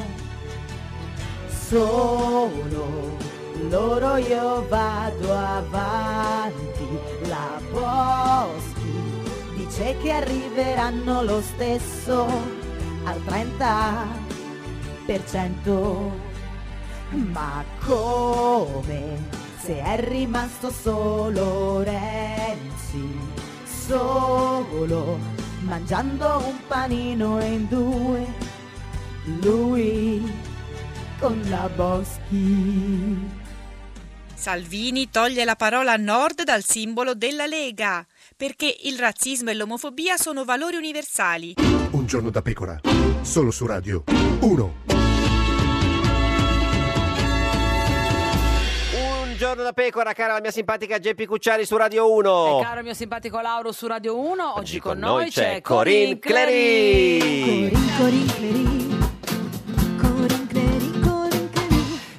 solo loro io vado avanti la post dice che arriveranno lo stesso al 30%. Ma come se è rimasto solo Renzi, solo mangiando un panino in due, lui con la Boschi.
Salvini toglie la parola nord dal simbolo della Lega, perché il razzismo e l'omofobia sono valori universali.
Un giorno da pecora, solo su Radio 1.
Un giorno da pecora, cara la mia simpatica Geppi Cucciari su Radio 1.
E caro mio simpatico Lauro su Radio 1, oggi,
Oggi
con noi c'è Corinne
Corinne Clery.
Clery.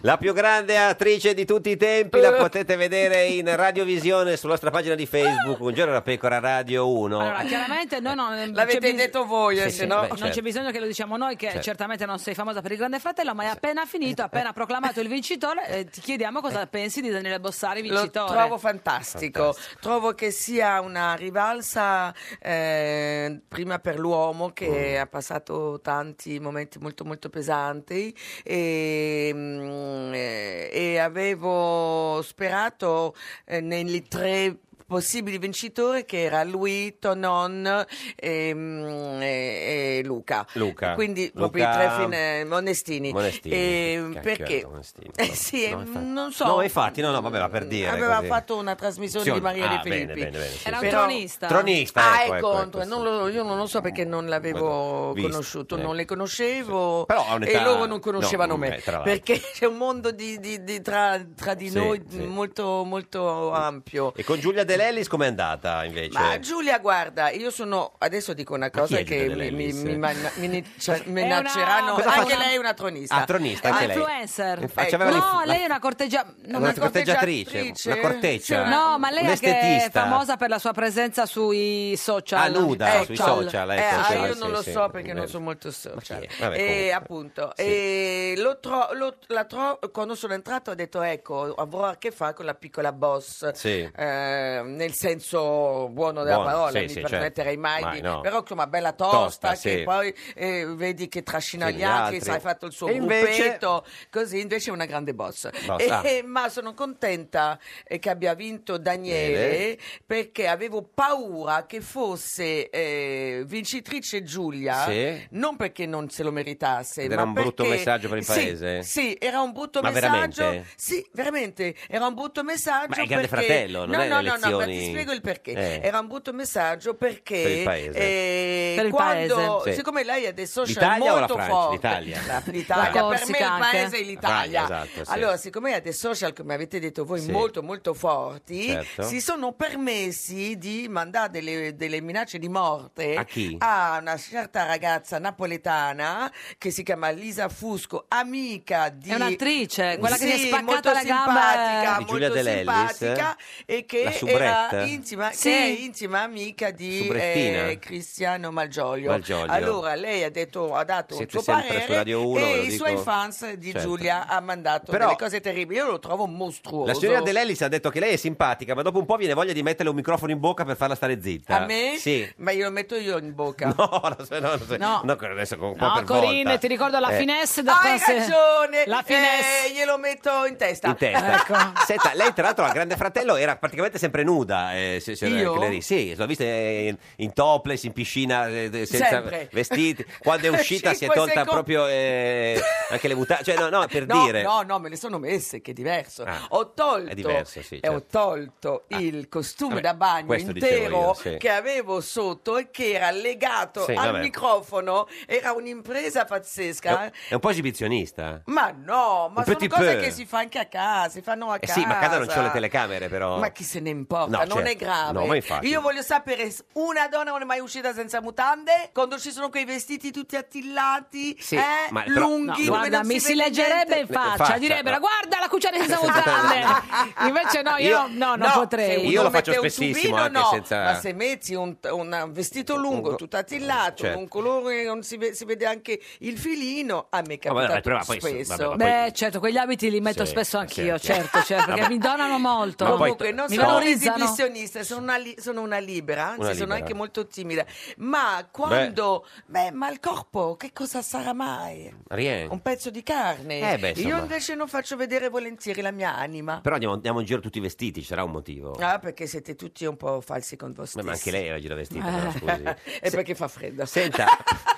La più grande attrice di tutti i tempi
Uh.
la potete vedere in radiovisione sulla nostra pagina di Facebook, Un giorno da pecora Radio 1.
Allora, Ah, chiaramente noi non
L'avete
c'è bis-
detto voi,
Sì,
eh, se
sì,
no.
beh,
non
certo.
c'è bisogno che lo diciamo noi, che
Certo. Esatto.
certamente non sei famosa per il Grande Fratello, ma è appena finito, appena proclamato il vincitore. eh, ti chiediamo cosa pensi di Daniele Bossari, vincitore.
Lo trovo fantastico. Trovo che sia una rivalsa eh, prima per l'uomo
Mm.
che ha passato tanti momenti molto molto pesanti e, mm, eh, e avevo sperato eh, negli tre possibili vincitori che era lui, Tonon e, mm, e- e Luca.
Luca.
Quindi
Luca-
proprio i tre fine, Monestini.
Monestini,
E,
sì,
perché?
cacchio, Monestini.
Eh, sì,
No, infatti.
non so.
No, infatti, no, no, vabbè, ma per dire.
Aveva
così.
fatto una trasmissione
Sì,
di Maria
ah,
De Filippi.
bene, bene, bene, sì,
Era
sì.
un tronista.
Tronista,
Ah,
ecco,
ecco,
ecco,
Antonio,
ecco,
non lo- io non lo so perché non l'avevo
Visto,
conosciuto,
eh.
non le conoscevo
Però a un'età-
e loro non conoscevano
no,
me,
eh, tra l'altro.
perché c'è un mondo di, di- di tra, tra di
Sì,
noi
sì. Mm,
molto, molto ampio.
E con Giulia De Lellis com'è andata invece?
Ma Giulia, guarda, io sono. Adesso dico una cosa
certo. chi è
che
Giulia
mi,
De
mi,
Lellis?
mi man- mi ne- cioè,
una-
minacceranno.
Cosa
Anche
fa?
lei è una tronista.
Ah, tronista, anche lei.
influencer.
Infatti, cioè, aveva
Ecco.
no,
l'inf- la-
lei è una corteggia.
una corteggiatrice, una corteccia.
No, ma lei è, che è
Un'estetista.
famosa per la sua presenza sui social.
Ah, nuda, sui social,
Eh,
ecco,
ah,
sì,
io
sì,
non lo
sì. Eh.
so perché non
Bene.
so molto social.
chi è? Vabbè,
e
comunque.
Eh, appunto, e lo tro- lo- la tro- quando sono entrato ho detto ecco, avrò a che fare con la piccola boss,
Sì.
eh, nel senso buono della
Buono,
parola,
sì,
mi
sì,
permetterei
certo.
mai,
Mai,
di-
no.
però insomma bella tosta,
Tosta,
che
sì.
poi eh, vedi che trascina
Sì,
gli
gli
altri,
altri.
sai, ha fatto il suo
E invece-
gruppetto, così invece è una grande boss.
Boss,
E-
ah.
e- ma sono contenta eh, che abbia vinto
Bene.
Daniele perché avevo paura che fosse eh, vincitrice Giulia,
Sì.
non perché non se lo meritasse,
Ed
ma
era un brutto
perché-
messaggio per il
Sì,
paese?
Sì, era un brutto
Ma
messaggio.
veramente?
Sì, veramente, era un brutto messaggio
Ma è il Grande
perché-
Fratello, non
no,
è
no,
le
no, no, ma ti
elezioni.
spiego il perché.
Eh.
Era un brutto messaggio perché
Per il paese.
eh,
Per il
quando
paese. Sì.
siccome lei ha dei social
L'Italia o la
molto
Francia?
forti,
L'Italia.
La- l'Italia.
La
per me
Corsica
il
anche.
paese è l'Italia.
Italia, esatto, sì.
Allora, siccome ha dei social, come avete detto voi,
Sì.
molto molto forti,
Certo.
si sono permessi di mandare delle, delle minacce di morte
A chi?
a una certa ragazza napoletana che si chiama Lisa Fusco, amica di
È un'attrice, quella che si è
Sì,
spaccata
molto
la gamba,
simpatica,
eh.
Di Giulia
molto
De Lellis,
simpatica e
la
che
soubrette.
era intima,
Sì.
che è intima amica di
Soubrettina.
eh, Cristiano Malgioglio.
Malgioglio.
Allora lei ha detto ha dato
Siete
il suo
sempre
parere
su Radio 1, ve
e
lo
i
dico.
suoi fans di
Certo.
Giulia ha mandato
Però-
delle cose terribili. Io lo trovo mostruoso.
La signora De Lellis ha detto che lei è simpatica, ma dopo un po' viene voglia di metterle un microfono in bocca per farla stare zitta.
A me?
Sì.
Ma glielo metto io in bocca.
No, no, no, no, no,
No.
no, adesso con un po'
No,
Oh, per
Corinne,
volta.
ti ricordo la
Eh,
finesse da
Hai
se-
ragione,
La Ecco. finesse.
Eh, glielo metto in testa.
In testa. Senta, lei tra l'altro al Grande Fratello era praticamente sempre nuda. Eh, se- se-
Io?
Clery. Sì, l'ho vista eh, in, in topless, in piscina, eh, eh, senza
Sempre.
vestiti. Quando è uscita si è
Cinque
tolta
secondi.
proprio eh, anche le mutande. Cioè, no, no, per
no,
dire.
No, no, me le sono messe, che è diverso.
Ah,
ho tolto,
è diverso, sì,
e
certo.
ho tolto il costume
Vabbè,
da bagno
questo dicevo
intero
io, sì.
che avevo sotto e che era legato
Sì,
al
vabbè.
microfono. Era un'impresa
È un-
pazzesca.
è un po' esibizionista.
Ma no, ma
Un
sono
petit
cose
peu.
che si fa anche a casa, si fanno a
Eh
casa.
sì, ma a casa non c'ho le telecamere, però.
Ma chi se ne importa,
No,
Eh, non è
certo.
grave.
No, ma infatti.
Io voglio sapere, s- una donna non è mai uscita senza mutande? Quando ci sono quei vestiti tutti attillati,
Sì,
eh,
ma però-
No,
lunghi, dove
guarda,
non
mi si
vede
leggerebbe in
niente.
faccia,
faccia,
direbbero
no.
guarda la cucina senza mutande. Invece no, io,
Io-
no, non
Ah, No, se
potrei.
uno
Io lo
mette
faccio
un
spessissimo
tubino,
anche
no,
senza-
Ma se metti un, un vestito lungo, tutto attillato,
Certo.
un colore che non si, ve- si vede anche il filino, a me
Oh, vabbè,
capita
però poi-
spesso.
vabbè, ma poi-
Beh, certo, quegli abiti li metto
Sì,
spesso anch'io,
sì.
certo, certo, perché
Vabbè.
mi donano molto.
Ma poi
Comunque, non
mi
sono L'esibizionista, sono una, li- sono una libera, anzi
Una
sono
libera.
anche molto timida. Ma quando... Beh, ma il corpo, che cosa sarà mai?
Rien.
Un pezzo di carne.
Eh, beh,
Io
insomma.
invece non faccio vedere volentieri la mia anima.
Però andiamo, andiamo in giro tutti vestiti, ci sarà un motivo.
Ah, perché siete tutti un po' falsi con voi
Oh. Beh,
stessi.
ma anche lei era gira vestita, però,
Eh.
scusi.
e perché fa freddo.
Senta,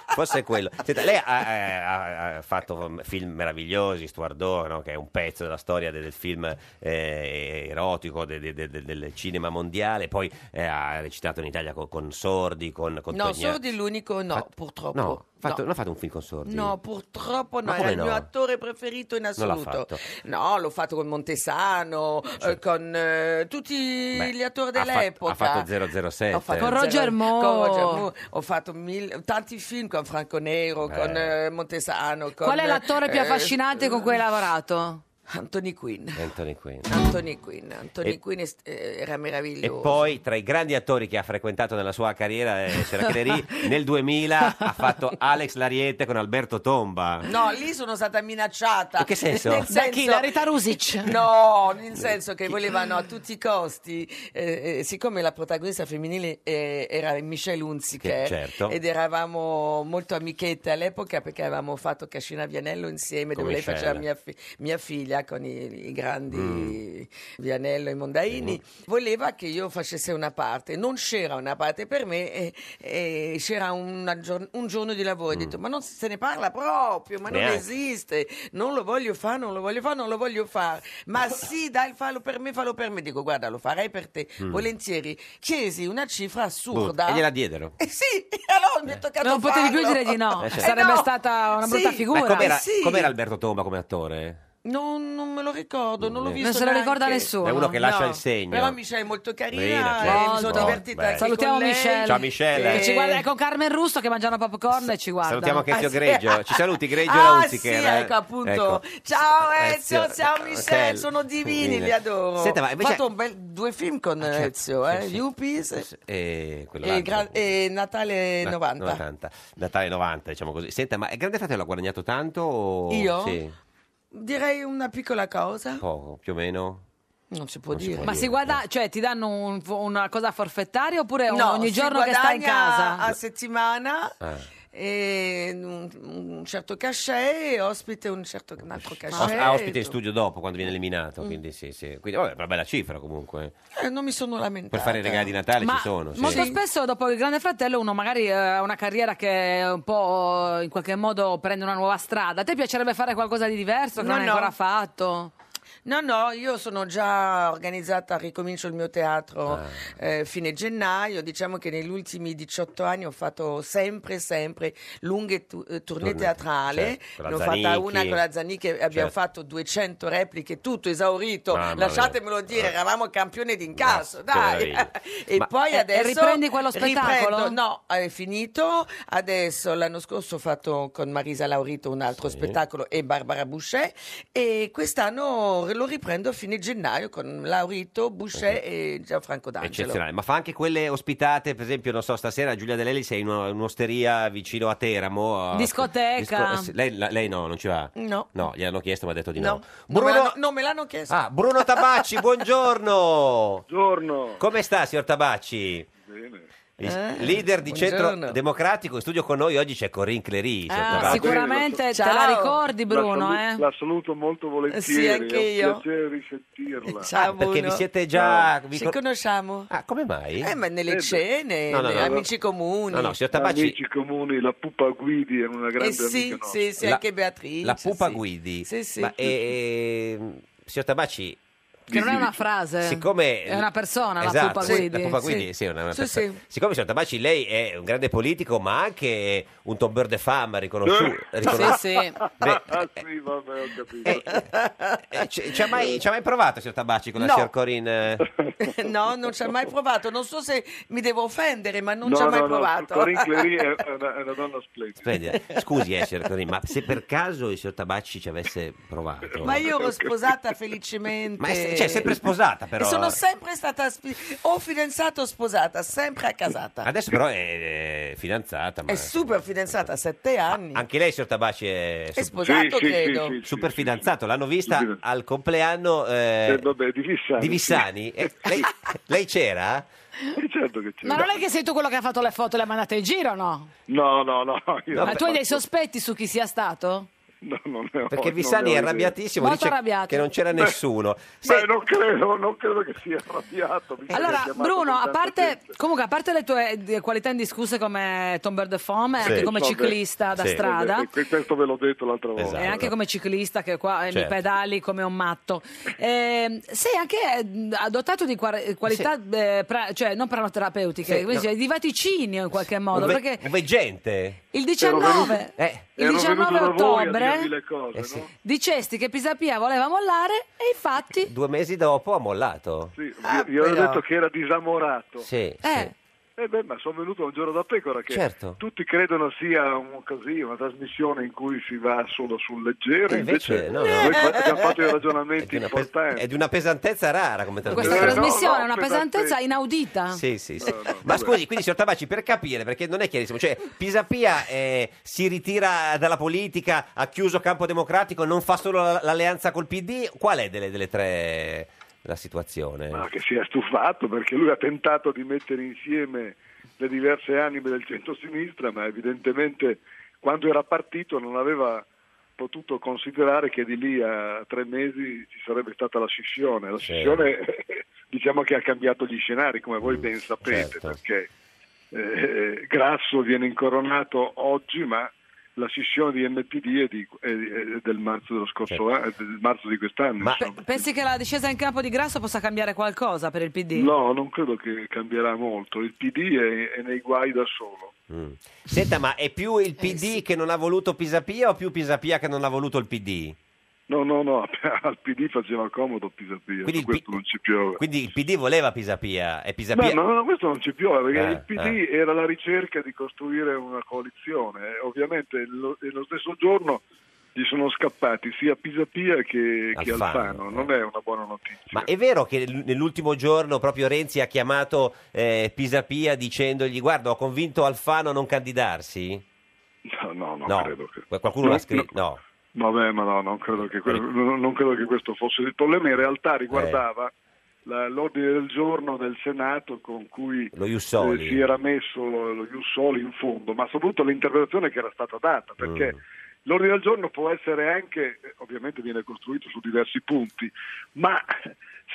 forse è quello. Senta, lei ha, eh, ha- ha fatto film meravigliosi, Stuardo, no? che è un pezzo della storia de- del film eh, erotico de- de- de- de- del cinema mondiale, poi eh, ha recitato in Italia con, con Sordi, con, con
No,
Tognà-
solo di l'unico no,
Fa-
purtroppo.
No, ha fatto-
No.
non ha fatto un film con Sordi.
No, purtroppo no,
Ma
era
come
il mio
no?
attore preferito in
Non l'ha
assoluto.
fatto.
No, l'ho fatto con Montesano, eh, con eh, tutti
Beh,
gli attori
ha fatto-
dell'epoca.
ha fatto 007.
Ho fatto
Con Roger Moore.
Con Roger Moore. Ho fatto mille- tanti film con Franco Nero,
Beh.
con eh, Montesano. Con,
Qual è l'attore più
eh,
affascinante con cui hai lavorato?
Anthony Quinn.
Anthony Quinn.
Anthony Quinn, Anthony
E-
Quinn est- eh, era
E
meraviglioso.
poi tra i grandi attori che ha frequentato nella sua carriera eh, c'era Clery, nel 2000 ha fatto Alex Lariete con Alberto Tomba.
No, lì sono stata minacciata.
In che senso?
Nel
Da chi? Da Rita
Rusic?
No, nel senso che volevano a tutti i costi, eh, eh, siccome la protagonista femminile eh, era Michelle Hunziker
Che- certo.
ed eravamo molto amichette all'epoca perché avevamo fatto Cascina Vianello insieme
Con
dove lei
Michelle. Mm.
faceva mia, fi- mia figlia con i, i grandi Vianello e Mondaini, voleva che io facesse una parte, non c'era una parte per me e, e c'era una gior- un giorno di lavoro, ho detto ma non se ne parla proprio, ma non
Mm. Neanche.
esiste, non lo voglio fare, non lo voglio fare, non lo voglio fare, ma sì dai fallo per me, fallo per me, dico guarda lo farei per te,
Mm. Boh,
volentieri, chiesi una cifra assurda.
E gliela diedero.
Eh sì, allora mi è toccato
Non potevi più
farlo.
dire di no,
Eh, certo.
sarebbe
Eh no.
stata una brutta
Sì.
figura.
Ma com'era,
Eh sì.
com'era Alberto Tomba come attore?
Non, non me lo ricordo, non l'ho
Eh.
visto.
Non se lo
neanche.
ricorda nessuno.
È uno che lascia il segno.
Però Michelle è molto
Bella,
carina,
certo.
eh, mi sono
Molto.
divertita
Beh.
anche
Salutiamo
con lei.
Michelle.
Ciao, Michelle.
eh.
Che ci guarda, è con Carmen Russo che mangiano popcorn e ci guarda.
Salutiamo anche Ezio
Ah, sì.
Greggio. Ci saluti Greggio
Ah,
e Hunziker,
sì,
eh?
ecco appunto.
Ecco.
Ciao
Ezio,
Ezio, ciao
Michelle.
Michelle, sono divini,
Divine.
li adoro.
Senta, ma invece-
Ho fatto un bel- due film con
certo,
Ezio,
sì,
eh,
sì.
Yuppies
E quello
e,
là,
Gra- e Natale
Na-
90.
90. Natale 90, diciamo così. Senta, ma il Grande Fratello ha guadagnato tanto? o-
Io?
Sì,
Direi una piccola cosa,
poco, più o meno.
non si può
Non si
dire.
può
Ma si guarda, cioè ti danno un- una cosa forfettaria oppure un-
No,
ogni
si
giorno che stai in
guadagna
casa?
A settimana
Ah.
e un, un certo cachet e ospite un certo un altro
Os-
cachet.
ha Ah, ospite in studio dopo quando viene eliminato,
Mm.
quindi sì, sì. Quindi, vabbè, una bella cifra comunque.
Eh, non mi sono lamentata.
Per fare i regali di Natale
Ma
ci sono. sì.
molto spesso dopo il Grande Fratello uno magari eh, ha una carriera che un po' eh, in qualche modo prende una nuova strada. A te piacerebbe fare qualcosa di diverso che
No,
non hai
no.
ancora fatto?
No, no, io sono già organizzata, ricomincio il mio teatro
Ah.
eh, fine gennaio. Diciamo che negli ultimi 18 anni ho fatto sempre, sempre lunghe tu- eh, tournée
Tournée,
teatrali.
certo, con la
ne ho fatta
Zanicchi.
una con la Zanicchi, abbiamo
Certo.
fatto 200 repliche, tutto esaurito.
Mamma mia.
Lasciatemelo dire, eravamo campione
Ah,
d'incasso,
Ma
dai.
meraviglia.
e
Ma-
poi
E- e
adesso...
riprendi quello spettacolo?
riprendo- no, è finito. Adesso l'anno scorso ho fatto con Marisa Laurito un altro spettacolo e Barbara Boucher e quest'anno lo riprendo a fine gennaio con Laurito, Boucher e Gianfranco D'Angelo.
Eccezionale, ma fa anche quelle ospitate, per esempio, non so, stasera Giulia De Lelis è in una- un'osteria vicino a Teramo. a-
Discoteca.
Disco- eh, lei, la- lei no, non ci va?
No.
No, gliel'hanno chiesto, ma ha detto di no.
No, non me
Bruno...
l'hanno, non me l'hanno chiesto.
Ah, Bruno Tabacci, buongiorno.
Buongiorno.
Come sta, signor Tabacci?
Bene.
Il
Eh,
Leader di
buongiorno.
Centro Democratico, in studio con noi oggi c'è Corinne Clery. signor
Ah,
Tabacci.
sicuramente te
Ciao.
la ricordi Bruno,
la,
eh?
salu- la saluto molto volentieri,
Sì, anche
è
io.
un piacere risentirla.
Ciao,
Ah, perché
Bruno.
vi siete già-
No.
vi
Ci
con-
conosciamo.
Ah, come mai?
Eh, ma nelle
Eh, beh.
cene,
No, no,
nei
no.
amici comuni.
No, no, signor Tabacci-
Amici comuni, la Pupa Guidi era una grande
Eh sì,
amica nostra.
sì, sì,
La-
anche Beatrice.
La pupa
sì.
guidi.
Sì, sì.
Ma, eh, signor Tabacci,
Che non è una frase,
Siccome-
è una persona
Esatto,
la pupa
sì,
guidi.
la Pupa Guidi, sì, è una- una persona-
sì.
Siccome signor Tabacci lei è un grande politico, ma anche un tombeur de fama riconosciuto.
Eh.
riconosciuto.
Sì, sì.
Beh,
Ah sì, vabbè, ho capito.
eh, c- ci ha mai, ci ha mai provato signor Tabacci con la
No.
signor Corinne?
No, non ci ha mai provato. Non so se mi devo offendere, ma non
no,
ci ha
no,
mai
no,
provato.
Corinne Clery è, è una, è una donna splendida.
Splendida. Scusi, eh, signor Corinne, ma se per caso il signor Tabacci ci avesse provato...
Ma io ero sposata felicemente.
Ma è- cioè, è sempre sposata, però. eh.
E sono sempre stata spi- o fidanzata o sposata, sempre accasata.
Adesso però è, è fidanzata, ma...
È super fidanzata a sette anni.
Anche lei, signor Tabacci, è,
È sposato, Sì, sì, credo. sì, sì,
super fidanzato. L'hanno vista al compleanno eh,
Eh, vabbè, di Vissani.
di Vissani. E lei Lei c'era?
E certo che c'è.
Ma non è che sei tu quello che ha fatto le foto e le ha mandate in giro, no?
No, no, no. Io
Ma tu hai dei sospetti su chi sia stato?
No, non ne ho-
Perché
non
Vissani
ne ho
è
idea. Eh.
arrabbiatissimo,
Molto
dice
arrabbiato.
che non c'era
Beh,
nessuno.
Beh, non credo, non credo che sia arrabbiato. visto che è
Allora,
chiamato
Bruno,
da
a
tanta
parte,
gente.
comunque, a parte le tue eh, qualità indiscusse come tomber de fome,
Sì.
anche come
Vabbè.
ciclista da
Sì.
strada,
Eh, que- Questo ve l'ho detto l'altra volta.
e
Esatto.
anche come ciclista che qua eh, mi
Esatto. Certo.
pedali come un matto, ehm, sei anche eh, dotato di quar- qualità, eh, pra- cioè non pranoterapeutiche,
Sì,
come si
no.
dice, di vaticinio in qualche modo,
Un ve-
perché
un veggente.
il 19,
Eh.
il
Ero
19
venuto da voi a
ottobre
dirvi le cose, no?
dicesti che Pisapia voleva mollare e infatti...
Due mesi dopo ha mollato.
Sì, vi- vi avevo
Ah, però.
detto che era disamorato.
Sì.
Eh beh, ma sono venuto un giorno da pecora che
Certo.
tutti credono sia un- così, una trasmissione in cui si va solo sul leggero,
Eh, invece,
invece,
no, no.
noi fa- abbiamo fatto dei
È di
ragionamenti
una pes-
importanti.
È di una pesantezza rara come
Questa
trasmissione.
Eh,
trasmissione è una pesantezza inaudita.
Sì, sì, sì. Ma scusi, quindi signor Tabacci, per capire, perché non è chiarissimo, cioè Pisapia eh, si ritira dalla politica, ha chiuso campo democratico, non fa solo la- l'alleanza col PD, qual è delle, delle tre la situazione?
Ma che si è stufato perché lui ha tentato di mettere insieme le diverse anime del centro-sinistra, ma evidentemente quando era partito non aveva potuto considerare che di lì a tre mesi ci sarebbe stata la scissione. La scissione
Certo.
diciamo che ha cambiato gli scenari, come voi ben sapete, perché eh, Grasso viene incoronato oggi, ma la scissione di NPD è, di- è- è del, marzo dello scorso anno- del marzo di quest'anno. insomma.
Pensi che la discesa in campo di Grasso possa cambiare qualcosa per il PD?
No, non credo che cambierà molto. Il PD è, è nei guai da solo.
Mm. Senta, ma è più il PD che non ha voluto Pisapia o più Pisapia che non ha voluto il PD?
No, no, no, al PD faceva comodo Pisapia,
Quindi
su
il
questo non ci piove.
Quindi il PD voleva Pisapia e
No,
Pisapia...
no, no, questo non ci piove, perché
Eh,
il PD era la ricerca di costruire una coalizione. Eh, Ovviamente lo, e lo stesso giorno gli sono scappati sia Pisapia che, che
Alfano, eh.
Alfano, non è una buona notizia.
Ma è vero che l- nell'ultimo giorno proprio Renzi ha chiamato eh, Pisapia dicendogli guarda ho convinto Alfano a non candidarsi?
No, no, non credo che-
Qu- Qualcuno
No,
l'ha scritto? No. Eh.
Vabbè, ma no, non credo che, que- non non credo che questo fosse il problema. In realtà
Eh.
riguardava la- l'ordine del giorno del Senato con cui
Lo Jussoli.
eh, si era messo lo, lo Jussoli in fondo, ma soprattutto l'interpretazione che era stata data, perché
Mm.
l'ordine del giorno può essere anche, eh, ovviamente viene costruito su diversi punti, ma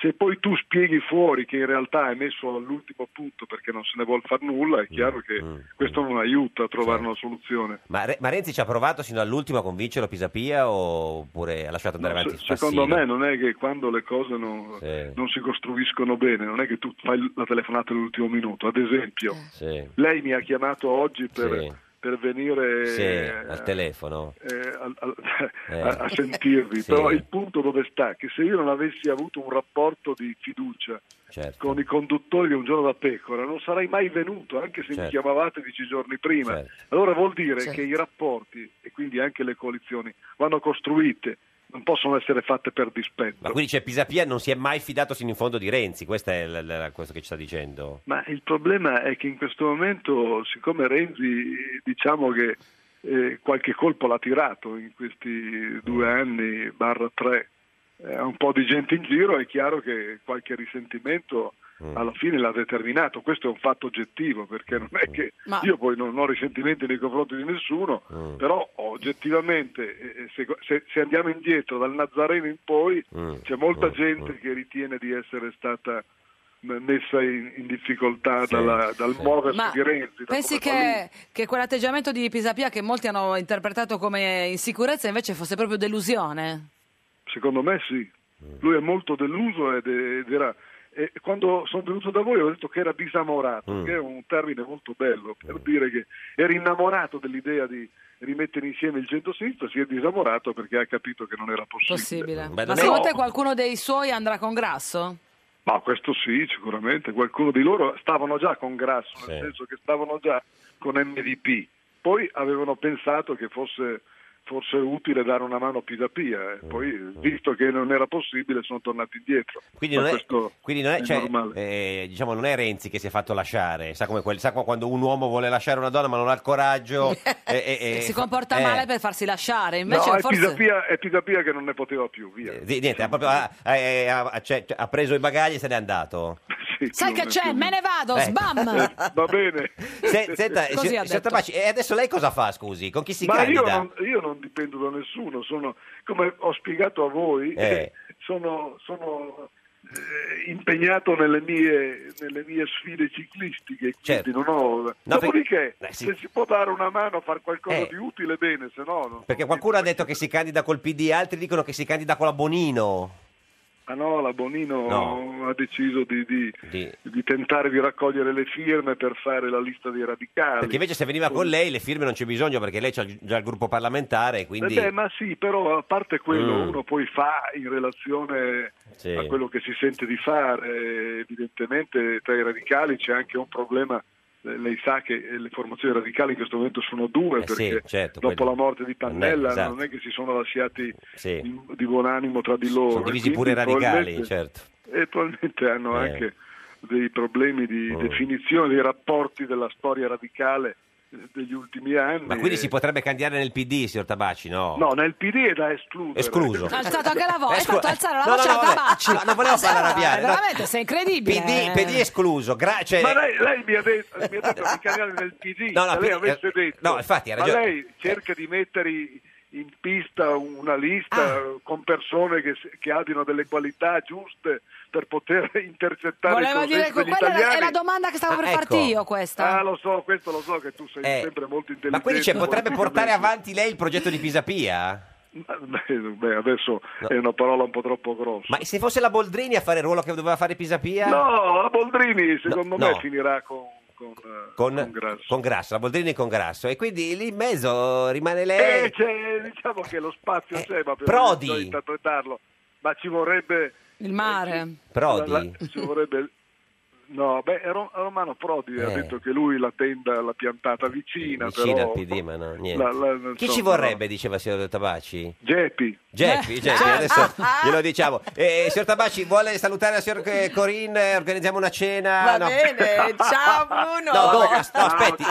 se poi tu spieghi fuori che in realtà è messo all'ultimo punto perché non se ne vuol far nulla, è
Mm.
chiaro che questo non aiuta a trovare una soluzione.
Ma, Re- ma Renzi ci ha provato fino all'ultimo a convincerlo Pisapia oppure ha lasciato andare avanti
Se-
il
Secondo
spassino?
me non è che quando le cose non, non si costruiscono bene, non è che tu fai la telefonata all'ultimo minuto. Ad esempio,
Sì,
lei mi ha chiamato oggi per,
Sì.
per venire
sì,
eh,
al telefono.
eh, al- al-
Eh.
a, a sentirvi,
Sì.
però il punto dove sta? Che se io non avessi avuto un rapporto di fiducia
Certo.
con i conduttori di un giorno da pecora, non sarei mai venuto, anche se mi
Certo.
chiamavate dieci giorni prima. Allora vuol dire
Certo.
che i rapporti e quindi anche le coalizioni vanno costruite, non possono essere fatte per dispetto.
Ma quindi c'è Pisapia non si è mai fidato sino in fondo di Renzi, questo è l- l- questo che ci sta dicendo.
Ma il problema è che in questo momento, siccome Renzi diciamo che eh, qualche colpo l'ha tirato in questi due anni, barra tre, eh, ha un po' di gente in giro, è chiaro che qualche risentimento alla fine l'ha determinato. Questo è un fatto oggettivo, perché non è che
Ma-
io poi non ho risentimenti nei confronti di nessuno,
Mm.
però oggettivamente, eh, eh, se, se- se andiamo indietro dal Nazareno in poi, c'è molta gente che ritiene di essere stata m- messa in, in difficoltà dalla- dal muoversi
Ma
di Renzi. da
pensi
come fa lui.
che, che quell'atteggiamento di Pisapia che molti hanno interpretato come insicurezza invece fosse proprio delusione?
Secondo me sì. Lui è molto deluso ed, è- ed era... e quando sono venuto da voi ho detto che era disamorato,
Mm.
che è un termine molto bello per dire che era innamorato dell'idea di rimettere insieme il centro-sinistra, si è disamorato perché ha capito che non era possibile.
Possibile.
Eh,
Beh,
Ma
non
secondo
è-
te qualcuno dei suoi andrà con grasso?
Ma questo sì, sicuramente. Qualcuno di loro stavano già con Grasso, nel senso che stavano già con MDP. Poi avevano pensato che fosse forse utile dare una mano a Pisapia.
Mm.
e Poi, visto che non era possibile, sono tornati indietro.
Quindi
Ma
non, è,
questo
quindi non è-
è
cioè,
normale.
eh, diciamo, non è Renzi che si è fatto lasciare, sa, come quel- sa qua quando un uomo vuole lasciare una donna ma non ha il coraggio. e, e- e-
si comporta
eh,
male per farsi lasciare, invece
No, è,
forse...
Pisapia, è Pisapia che non ne poteva più, via.
cioè, di- Niente, ha, proprio- ha- ha- ha- cioè, ha preso i bagagli e se n'è andato.
sì,
Sai che
non-
c'è? Me ne vado,
Eh.
sbam!
Va bene.
Se- senta,
Così
si-
ha
signor
detto.
Tabacci, e adesso lei cosa fa, scusi? Con chi si
Ma io
candida?
non, io non dipendo da nessuno, sono, come ho spiegato a voi,
Eh.
sono, sono, eh, impegnato nelle mie, nelle mie sfide ciclistiche,
Certo.
quindi non ho...
No, per-
Dopodiché,
Eh, sì.
se si può dare una mano a fare qualcosa
Eh.
di utile, bene, se no... non-
Perché qualcuno ha detto che si candida col PD, altri dicono che si candida con la Bonino.
Ma no, la Bonino
No.
ha deciso di, di- di tentare di raccogliere le firme per fare la lista dei radicali.
Perché invece se veniva con lei le firme non c'è bisogno perché lei ha già il gruppo parlamentare, quindi...
Eh beh, ma sì, però a parte quello
Mm.
uno poi fa in relazione
Sì.
a quello che si sente di fare, evidentemente tra i radicali c'è anche un problema, Eh, lei sa che eh, le formazioni radicali in questo momento sono due,
Eh sì,
perché
certo,
dopo
quello-
la morte di Pannella
Pannella, esatto.
non è che si sono lasciati
Sì.
di, di buon animo tra di loro.
Sono divisi
e
pure i
quindi
radicali,
probabilmente-
certo.
E probabilmente hanno
Eh. Mm.
anche dei problemi di definizione dei rapporti della storia radicale eh, degli ultimi anni.
Ma quindi
E-
si potrebbe candidare nel PD, signor Tabacci, no?
No, nel PD è da escludere.
Escluso.
Ha alzato anche la voce,
Eh,
hai
scusa-
fatto alzare la
No, no,
voce
no,
a
vabbè.
Tabacci.
No, non volevo farla
Sarà-
arrabbiare, no.
Veramente, sei incredibile.
PD, PD escluso, gra- cioè-
Ma lei, lei mi ha detto, Eh, mi ha detto di cambiare nel PD,
No, no,
se lei
quindi-
avesse
eh,
detto.
no, infatti, ha ragione.
Ma lei cerca di mettere i- in pista una lista
Ah.
con persone che, s- che abbiano delle qualità giuste per poter intercettare
Volevo
il
dire,
consenso
que-
degli
quella era-
italiani.
è la domanda che stavo
Ah,
per
ecco.
farti io, questa.
Ah, lo so, questo lo so che tu sei
Eh,
sempre molto intelligente.
Ma quindi cioè, potrebbe portare
politicamente.
avanti lei il progetto di Pisapia?
Beh, beh, adesso è una parola un po' troppo grossa.
Ma se fosse la Boldrini a fare il ruolo che doveva fare Pisapia?
No, la Boldrini secondo
No,
me
no.
finirà con... con, eh,
Con, con grasso. la Boldrini con grasso. E quindi lì in mezzo rimane lei.
Eh, c'è- diciamo che lo spazio c'è, ma per
Eh, Prodi.
non interpretarlo. Ma ci vorrebbe...
Il mare.
Prodi.
la- la- ci vorrebbe... No, beh, Ro- Romano Prodi ha
Eh.
detto che lui la tenda l'ha piantata vicina,
Vicino
però...
al PD, ma no, niente.
La- la- non
Chi
so,
ci
no.
vorrebbe, diceva il signor Tabacci?
Geppi.
Geppi,
Eh.
Geppi,
Ah.
adesso glielo diciamo. Eh, signor Tabacci, vuole salutare la signora eh, Corinne? Organizziamo una cena?
Va
Ah, No.
bene, ciao
No,
Bruno.
dove,
Ah,
no, aspetti,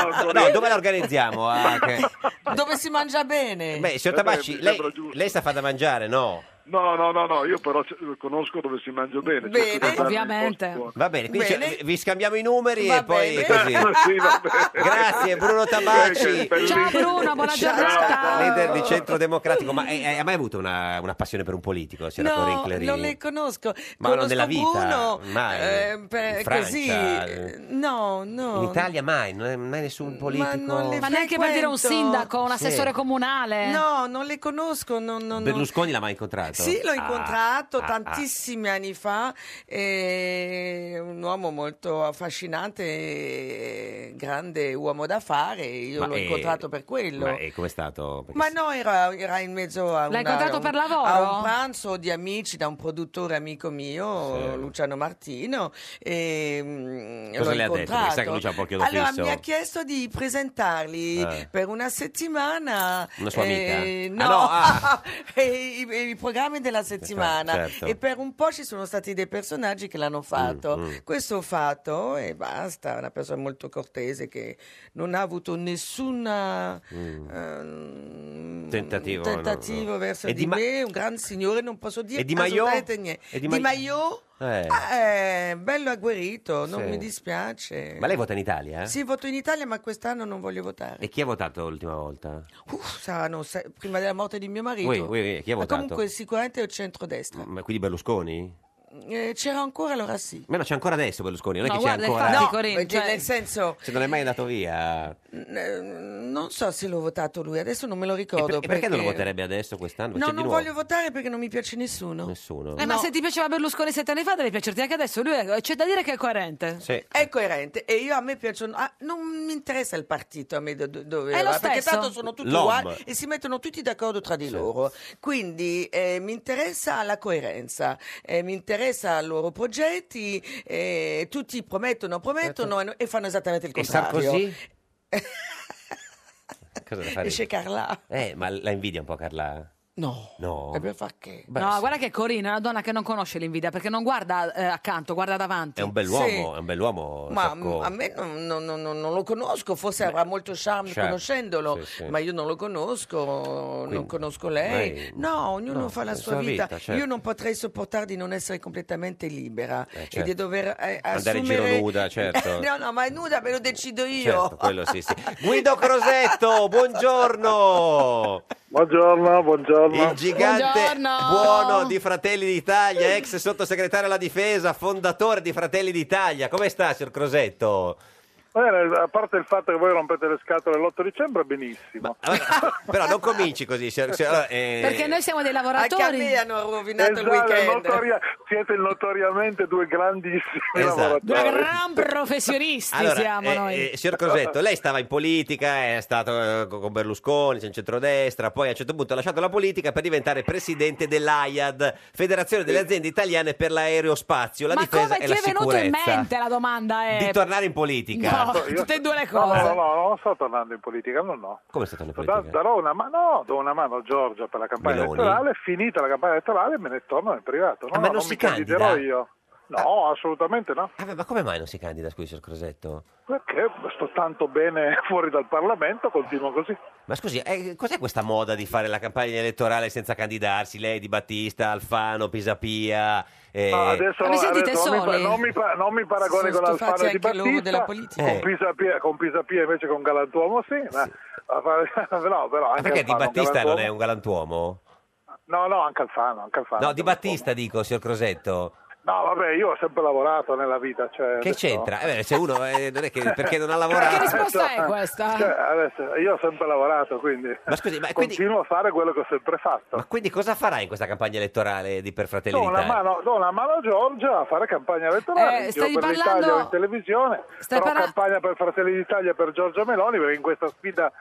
no, dove la organizziamo? Ah, ok.
Dove si mangia bene?
Beh,
Eh
signor Tabacci, lei, lei sta fa da mangiare, no?
No, no, no, no, io però c- conosco dove si mangia bene. cioè, cerco di darmi-
Va bene, quindi
Bene.
cioè, vi scambiamo i numeri
Va
e poi
bene.
così.
Sì, va bene.
Grazie Bruno Tabacci.
Che
Ciao,
bellissimo.
Bruno, buona
Ciao,
giornata.
Leader di Centro Democratico, ma eh, eh, ha mai avuto una, una passione per un politico, signora Corinne
No,
Clerini?
non le conosco.
Ma
conosco
non nella vita,
Bruno,
mai.
eh, per-
In Francia,
così.
eh.
No, no.
In Italia mai, non è mai nessun politico.
le
Ma neanche per dire un
frequento.
sindaco, un
Sì.
assessore comunale.
No, non le conosco. Non, non- non-
Berlusconi l'ha mai incontrato?
Sì, l'ho
Ah,
incontrato
ah, ah.
tantissimi anni fa, è un uomo molto affascinante, eh, grande uomo d'affari, io
Ma
l'ho
è-
incontrato per quello.
Ma eh, com'è stato? Perché
Ma no, era, era in mezzo a,
L'hai
una-
incontrato
a un,
per lavoro?
a un pranzo di amici da un produttore amico mio,
Sì.
Luciano Martino. E, mm,
Cosa
l'ho
le ha detto?
incontrato.
Perché sa che lui c'ha un pochino
Allora
fisso.
mi ha chiesto di presentarli
Ah.
per una settimana.
Una sua
eh,
amica?
no,
Ah, no, ah.
i, i- i programmi della settimana.
certo.
E per un po' ci sono stati dei personaggi che l'hanno fatto.
mm.
Questo ho fatto e basta. Una persona molto cortese che non ha avuto nessuna. ehm,
Mm. Tentativo,
tentativo
no, no.
verso
E
di
di Ma-
me, un gran signore, non posso dire
E Di Maio?
assolutamente niente.
E Di
Di,
Ma-
Maio?
Eh.
Ah, eh, bello agguerrito, non
Sì.
mi dispiace.
Ma lei vota in Italia? eh?
Sì, voto in Italia, ma quest'anno non voglio votare.
E chi ha votato l'ultima volta?
Uff, saranno se- prima della morte di mio marito.
Ui, ui, ui, chi ha
Ma
votato?
comunque sicuramente è il centrodestra.
Ma quindi Berlusconi? Mm.
Eh, c'era ancora, allora sì.
Ma no, c'è ancora adesso Berlusconi, non è
No,
che
guarda,
c'è ancora.
infatti, No, Corinne, perché cioè- nel senso-
Se non è mai andato via.
N- eh, Non so se l'ho votato lui, adesso non me lo
E, per-
ricordo.
e perché non lo voterebbe adesso quest'anno? C'è
No,
di
non
nuovo
voglio votare perché non mi piace nessuno.
nessuno.
Eh, ma se ti piaceva Berlusconi sette anni fa, deve piacerti anche adesso. Lui è- c'è da dire che è coerente.
Sì.
È coerente e io a me piacciono. ah, non mi interessa il partito a me do- do- dove
È lo
va, perché
stesso.
tanto sono tutti
L'OM.
uguali e si mettono tutti d'accordo tra di loro. Quindi eh, mi interessa la coerenza, eh, mi interessa i loro progetti. eh, tutti promettono, promettono
Certo.
e no- e, fanno esattamente il
E
contrario.
Sarkozy? Cosa da fare?
Esce Carla.
Eh, ma la invidia un po' Carla.
No.
No.
E per far che?
no, guarda che Corina è una donna che non conosce l'invidia perché non guarda eh, accanto, guarda davanti.
È un bell'uomo, è un bell'uomo.
Ma
Sacco.
m- a me non, non- non- non- non lo conosco, forse avrà molto charme
certo,
conoscendolo,
sì, sì.
ma io non lo conosco, non
Quindi,
conosco lei.
lei-
No, ognuno
no,
fa la
la
sua
sua
vita.
vita, certo.
Io non potrei sopportare di non essere completamente libera e di
certo.
dover eh,
Andare in
assumere...
giro nuda, certo.
no, no, ma è nuda, me lo decido io.
Certo, quello sì, sì. Guido Crosetto, buongiorno.
Buongiorno, buongiorno.
Il gigante
Buongiorno.
buono di Fratelli d'Italia, ex sottosegretario alla difesa, fondatore di Fratelli d'Italia. Come sta, signor Crosetto?
Bene, eh, a parte il fatto che voi rompete le scatole l'8 dicembre, benissimo.
Però non cominci così, signor- signor- allora, eh,
Perché noi siamo dei lavoratori.
Anche a me hanno rovinato il
Esatto,
weekend.
notoria- siete notoriamente due grandissimi
Esatto.
Due
lavoratori.
gran professionisti
allora,
siamo
eh,
noi.
eh, signor Crosetto, lei stava in politica, è stato eh, con Berlusconi, c'è in centrodestra, poi a un certo punto ha lasciato la politica per diventare presidente dell'AIAD, Federazione delle Aziende Italiane per l'Aerospazio, la
Ma
difesa
come
e
ti
la
è venuto in
sicurezza.
mente la domanda? eh? È...
Di tornare in politica.
No,
Certo, Io-
tutte e due le
No,
cose.
no, no, no, non sto tornando in politica, no, no.
Come è stata la
Da-
politica?
darò una mano, no, do una mano a Giorgia per la campagna
Meloni.
elettorale, finita la campagna elettorale me ne torno nel privato. No,
Ah,
no,
ma non
non
si
mi candiderò
candida?
io. No, assolutamente no,
Ah, beh, ma come mai non si candida, scusi, signor Crosetto?
perché sto tanto bene fuori dal Parlamento, continuo così.
Ma scusi, eh, cos'è questa moda di fare la campagna elettorale senza candidarsi? Lei di Battista, Alfano, Pisapia. eh,
No, adesso,
Ma vi sentite
adesso non, mi,
soli?
pa- non mi pa- non mi paragoni
Si sono
con
stufati
Alfano di
anche loro
Battista,
della politica.
Eh.
Con, Pisapia, con Pisapia invece con Galantuomo sì, ma- ma- no, però
Ma
anche
perché Di
Alfano,
Battista non
Galantuomo-
è un galantuomo?
No, no, anche Alfano, anche Alfano.
No, Di Battista dico, signor Crosetto.
No, vabbè, io ho sempre lavorato nella vita. Cioè,
Che
adesso-
c'entra? Eh, beh, se uno eh, non è che perché non ha
Ma che
lavorato.
risposta è
Adesso- Cioè,
questa?
adesso, io ho sempre lavorato, quindi,
Ma scusi, ma quindi-
continuo a fare quello che ho sempre fatto.
Ma quindi cosa farà in questa campagna elettorale di per Fratelli
Do una,
d'Italia?
mano, do una mano a Giorgia a fare campagna elettorale
Eh,
in
stai
giro per
parlando-
l'Italia o in televisione,
stai
però
parla-
campagna per Fratelli d'Italia e per Giorgia Meloni, perché in questa sfida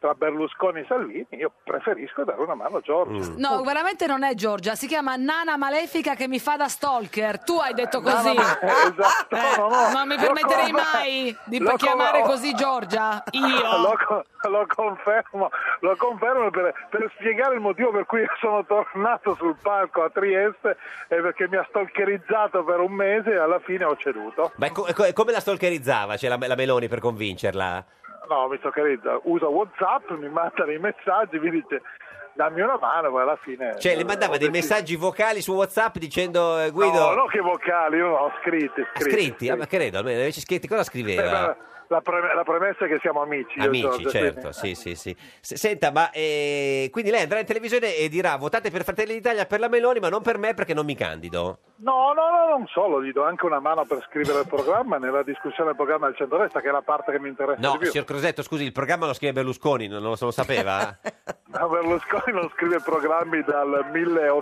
tra Berlusconi e Salvini io preferisco dare una mano a Giorgia.
No, veramente non è Giorgia, si chiama Nana Malefica che mi fa da stalker. Tu hai detto
No,
così.
no, no, esatto,
Eh,
no, no.
Non mi
Lo
permetterei
com-
mai di
lo com-
chiamare così Giorgia.
Lo,
Io.
co- lo confermo, lo confermo per, per spiegare il motivo per cui sono tornato sul palco a Trieste e perché mi ha stalkerizzato per un mese e alla fine ho ceduto.
Ma è co- è co- è come la stalkerizzava cioè, la, la Meloni per convincerla?
No, mi stalkerizza, usa Whatsapp, mi manda dei messaggi, mi dice dammi una mano, ma alla fine...
Cioè, le mandava
ho
dei
deciso-
messaggi vocali su WhatsApp dicendo eh, Guido.
No, no che vocali, io no, scritti,
Ah,
scritti.
scritti, ah, ma credo, almeno invece scritti cosa
Eh,
scriveva?
ma La, pre- la premessa è che siamo amici. io e
Amici,
Giorgio,
certo, sì, sì, sì. S- Senta, ma eh, quindi lei andrà in televisione e dirà votate per Fratelli d'Italia per la Meloni, ma non per me perché non mi candido.
No, no, no, non solo, gli do anche una mano per scrivere il programma, nella discussione del programma del centrodestra, che è la parte che mi interessa
No,
di più.
signor Crosetto, scusi, il programma lo scrive Berlusconi, non lo, se lo sapeva? Eh,
Ma Berlusconi non scrive programmi dal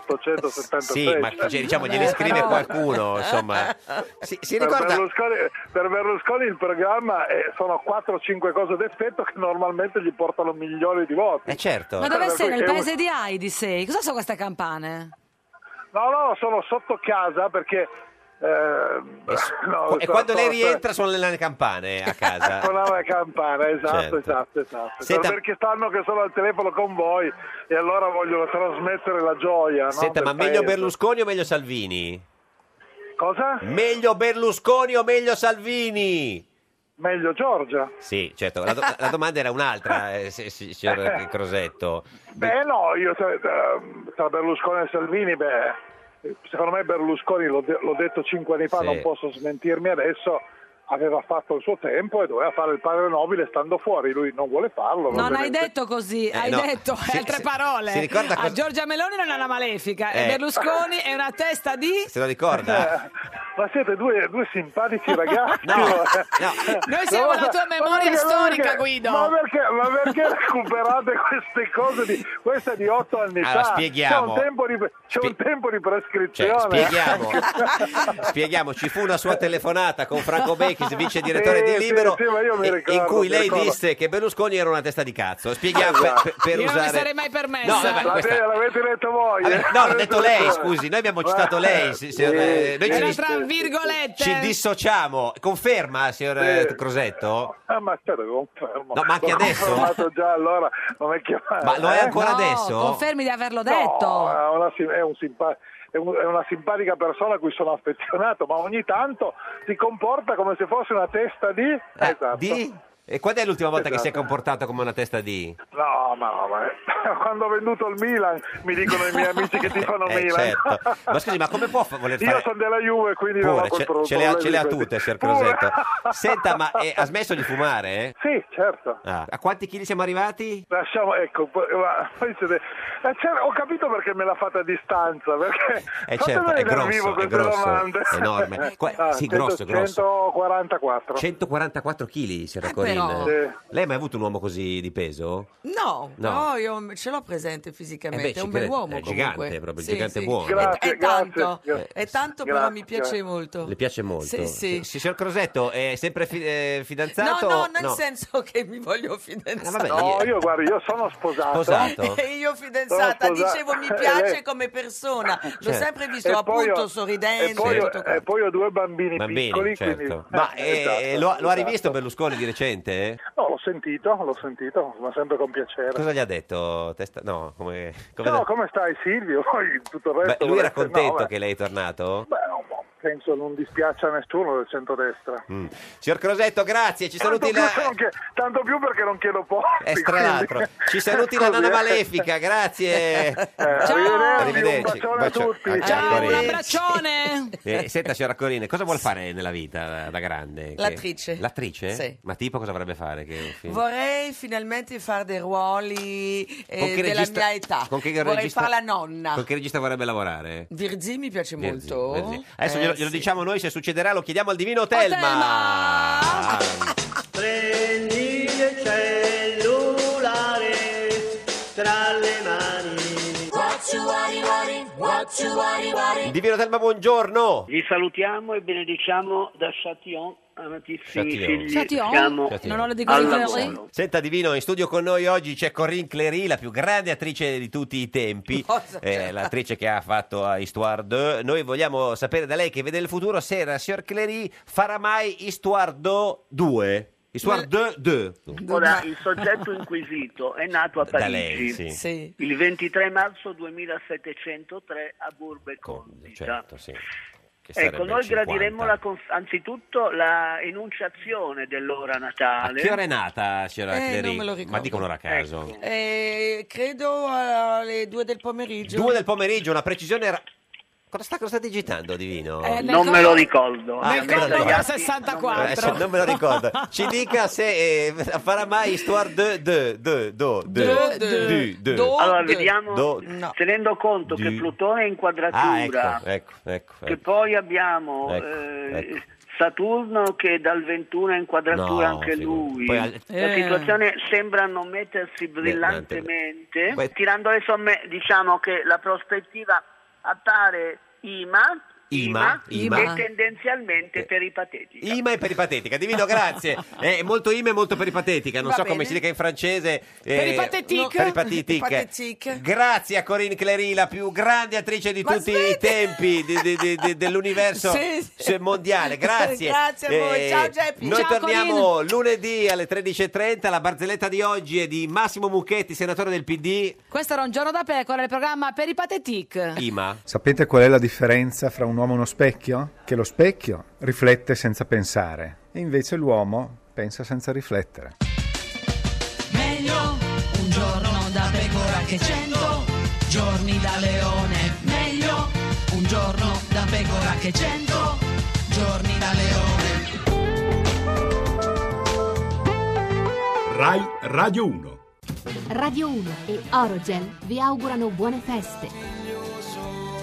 1876.
sì, ma cioè, diciamo gliene scrive qualcuno, insomma. Si, si
Per
ricorda...
Berlusconi, per Berlusconi il programma è- sono 4-5 cose d'effetto che normalmente gli portano milioni di voti.
Eh certo.
Ma dove
Per
sei?
cui
Nel
è un-
paese di Heidi sei? Cosa sono queste campane?
No, no, sono sotto casa perché... eh,
E, s-
no,
e
so-
quando lei
so-
rientra suonano le campane a casa.
Suonava la campana, esatto,
Certo.
esatto, esatto.
Senta-
Perché sanno che sono al telefono con voi e allora vogliono trasmettere la gioia. no,
Senta, ma
del
meglio
paese.
Berlusconi o meglio Salvini?
Cosa?
Meglio Berlusconi o meglio Salvini?
Meglio Giorgia.
Sì, certo, la, do- la domanda era un'altra, eh, se- se- signor Crosetto.
Beh no, io tra, tra- tra Berlusconi e Salvini, beh, secondo me Berlusconi, l'ho, de- l'ho detto cinque anni fa,
Sì.
non posso smentirmi adesso, aveva fatto il suo tempo e doveva fare il padre nobile stando fuori, lui non vuole farlo.
Non hai
ovviamente.
detto così,
Oh, Eh,
hai
no.
detto
Si-
altre
si-
parole.
si ricorda
A
cosa-
Giorgia Meloni non è una malefica e
Eh.
Berlusconi è una testa di...
Se lo ricorda?
Eh, Ma siete due, due simpatici ragazzi.
No, no.
Noi siamo la tua
ma
memoria
perché- ma
storica,
perché-
Guido.
Ma perché, ma perché recuperate queste cose di, questa è di otto anni
Allora,
fa?
spieghiamo.
C'è un tempo di, c'è un
Spie-
tempo di
Cioè,
prescrizione.
spieghiamo, spieghiamo, ci fu una sua telefonata con Franco Zemeckis, vice direttore di
Sì, sì,
Libero,
sì, ma io mi
in- in
ricordo,
cui
mi
lei
ricordo. Esatto.
disse che Berlusconi era una testa di cazzo. Spieghiamo per, per- per
Io non mi
usare.
sarei mai permessa.
No, vabbè, questa-
Eh, l'avete letto voi?
Vabbè,
eh?
no, l'ha detto lei, scusi, noi abbiamo citato lei, si- signor- eh, noi ci,
Era
dis-
tra virgolette.
ci dissociamo. Conferma, signor eh, Crosetto?
Ah, ma certo, confermo.
No, ma anche
L'ho
adesso?
confermato già allora, non è chiamato.
Ma lo è
eh?
ancora
No,
adesso?
Confermi di averlo detto.
No, è una, sim- è un simpa- è un- è una simpatica persona a cui sono affezionato, ma ogni tanto si comporta come se fosse una testa di... esatto.
Eh, Di? E quando è l'ultima volta che si è
Esatto.
comportato come una testa di?
No, ma, no, ma- quando ho venduto il Milan mi dicono i miei amici che ti fanno
Eh,
Milan.
certo. Ma scusi, ma come può fa- voler fare...
Io sono della Juve, quindi non
Pure,
ho
ce,
contro-
ce le ha, ce le ha
problemi
tutte,
di
signor
questi.
Crosetto.
Pure.
Senta, ma eh, ha smesso di fumare?
Sì, certo.
Ah, A quanti chili siamo arrivati?
Lasciamo, ecco, po- ma- poi siete- eh, c'era- ho capito perché me l'ha fatta a distanza, perché
Eh,
Fate
certo,
vedere
è
dal
grosso,
vivo
è
queste
grosso,
domande.
enorme. Qua-
Ah,
sì, grosso, grosso.
144.
144 kg, signora
Eh,
Corinne.
però.
Sì.
Lei ha mai avuto un uomo così di peso?
No,
No.
no, io ce l'ho presente
Eh
fisicamente,
beh,
è
ci
un bel
credo,
uomo
è gigante,
comunque.
proprio,
Sì,
gigante
sì.
buono.
è,
Grazie,
è tanto,
grazie.
è tanto però
Grazie.
mi piace molto.
Le piace molto?
Sì, sì.
Signor Crosetto, è sempre fi- eh,
No,
fidanzato?
no, nel senso che mi voglio fidanzare.
Ah, vabbè,
No, io guarda, io sono sposato.
Sposato?
E io fidanzata,
Sono sposa-
dicevo mi
Eh,
piace
lei-
come persona, l'ho
Certo.
sempre visto
E poi
appunto
ho-
sorridente.
E poi, ho,
tutto
e poi ho due bambini,
Bambini,
piccoli,
certo.
quindi...
Ma
Eh,
eh,
esatto,
lo, lo ha
esatto.
rivisto Berlusconi di recente?
No, l'ho sentito, l'ho sentito, ma sempre con piacere.
Cosa gli ha detto? Testa... No, come... come-
No, come stai Silvio? Poi tutto il
Beh,
resto...
lui era
volete-
contento
no,
che lei è tornato?
Beh, no, no, penso non dispiaccia a nessuno del centrodestra.
Mm. Signor Crosetto, grazie, ci
Tanto
saluti
più,
la...
che non chie- tanto più perché non chiedo posti.
Eh, tra
quindi-
l'altro. Ci saluti la
Scusi,
nonna
eh.
Malefica, grazie.
Eh, arrivederci,
Arrivederci.
un bacione a
Bacio-
tutti.
anche a
Ciao, un
Corinne.
abbraccione.
Eh, senta, signora Corine, cosa vuol fare nella vita da grande? Che-
L'attrice.
L'attrice?
Sì.
Ma tipo cosa avrebbe fare? Che un film?
Vorrei finalmente fare dei ruoli eh,
Con che
della
regista-
mia età.
con che
Vorrei
regista-
fare la nonna.
Con che regista vorrebbe lavorare?
Virzì mi piace
Verzi,
molto.
Verzi. Adesso
Eh,
glielo, glielo diciamo noi, se succederà lo chiediamo al divino Ah. Telma.
Prendi il cellulare tra le mani. What you worry, worry, what you worry, worry.
Divino Telma, buongiorno.
Vi salutiamo e benediciamo da Châtillon, amatissimi
Châtillon.
figli.
Châtillon?
Siamo
Châtillon. Non ho le dico
alla
di Clery?
eh.
buono.
Senta Divino, in studio con noi oggi c'è Corinne Clery, la più grande attrice di tutti i tempi, eh, l'attrice che ha fatto a Histoire 2. Noi vogliamo sapere da lei che vede il futuro se la signor Clery farà mai Histoire 2. Histoire 2
Ora, il soggetto inquisito è nato a
Da
Parigi
lei, sì.
Sì.
il 23 marzo 2703 a Burbe Condita.
Certo, sì. Che sarebbe
Ecco, noi
50.
gradiremmo la cons- anzitutto la enunciazione dell'ora
A
natale.
che ora è nata, signora
Eh,
Clery?
non me lo ricordo.
Ma dica un'ora a caso.
Ecco.
eh, credo alle due del Eh, pomeriggio.
Due del pomeriggio, una precisione era... Cosa sta, cosa sta digitando, Divino?
Eh, nel
Non me lo
collo-
ricordo.
Ah,
Eh,
nel collo
metto gli
era
atti-
Eh, se- non me lo ricordo. Ci dica se eh, farà mai Histoire de de de do de
De, de.
du, de.
Allora, vediamo,
Do-
tenendo conto
Di-
che Plutone è
Mm. Ah,
inquadratura,
ecco, ecco, ecco.
che
ecco.
poi abbiamo
Ecco,
eh,
ecco.
Saturno che dal 21 è inquadratura
No,
anche
figurati.
lui.
Poi al-
La
Eh.
situazione sembra non mettersi brillantemente.
Poi-
Tirando le somme, diciamo che la prospettiva appare IMA,
Ima, Ima. Eh.
e tendenzialmente peripatetico.
Ima è peripatetica, divino grazie. È molto ima e molto peripatetica, non
Va
so come
bene.
si dica in francese. eh,
Peripatetic.
peripatetic.
Peripatetic.
Grazie a Corinne Clery, la più grande attrice di
Ma
tutti
smetti.
i tempi di- di- di- di- dell'universo
Sì, sì.
se- mondiale. Grazie. Eh,
Grazie a voi. Ciao, Geppi.
Noi
Ciao,
torniamo lunedì alle 13.30. La barzelletta di oggi è di Massimo Mucchetti, senatore del PD.
Questo era un giorno da pecora, il programma per i patetic.
Ima.
Sapete qual è la differenza fra un uomo e uno specchio? Che lo specchio riflette senza pensare e invece l'uomo pensa senza riflettere.
Meglio un giorno da pecora che cento giorni da leone. Meglio un giorno da pecora che cento giorni da leone.
Rai Radio 1.
Radio 1 e Orogel vi augurano buone feste.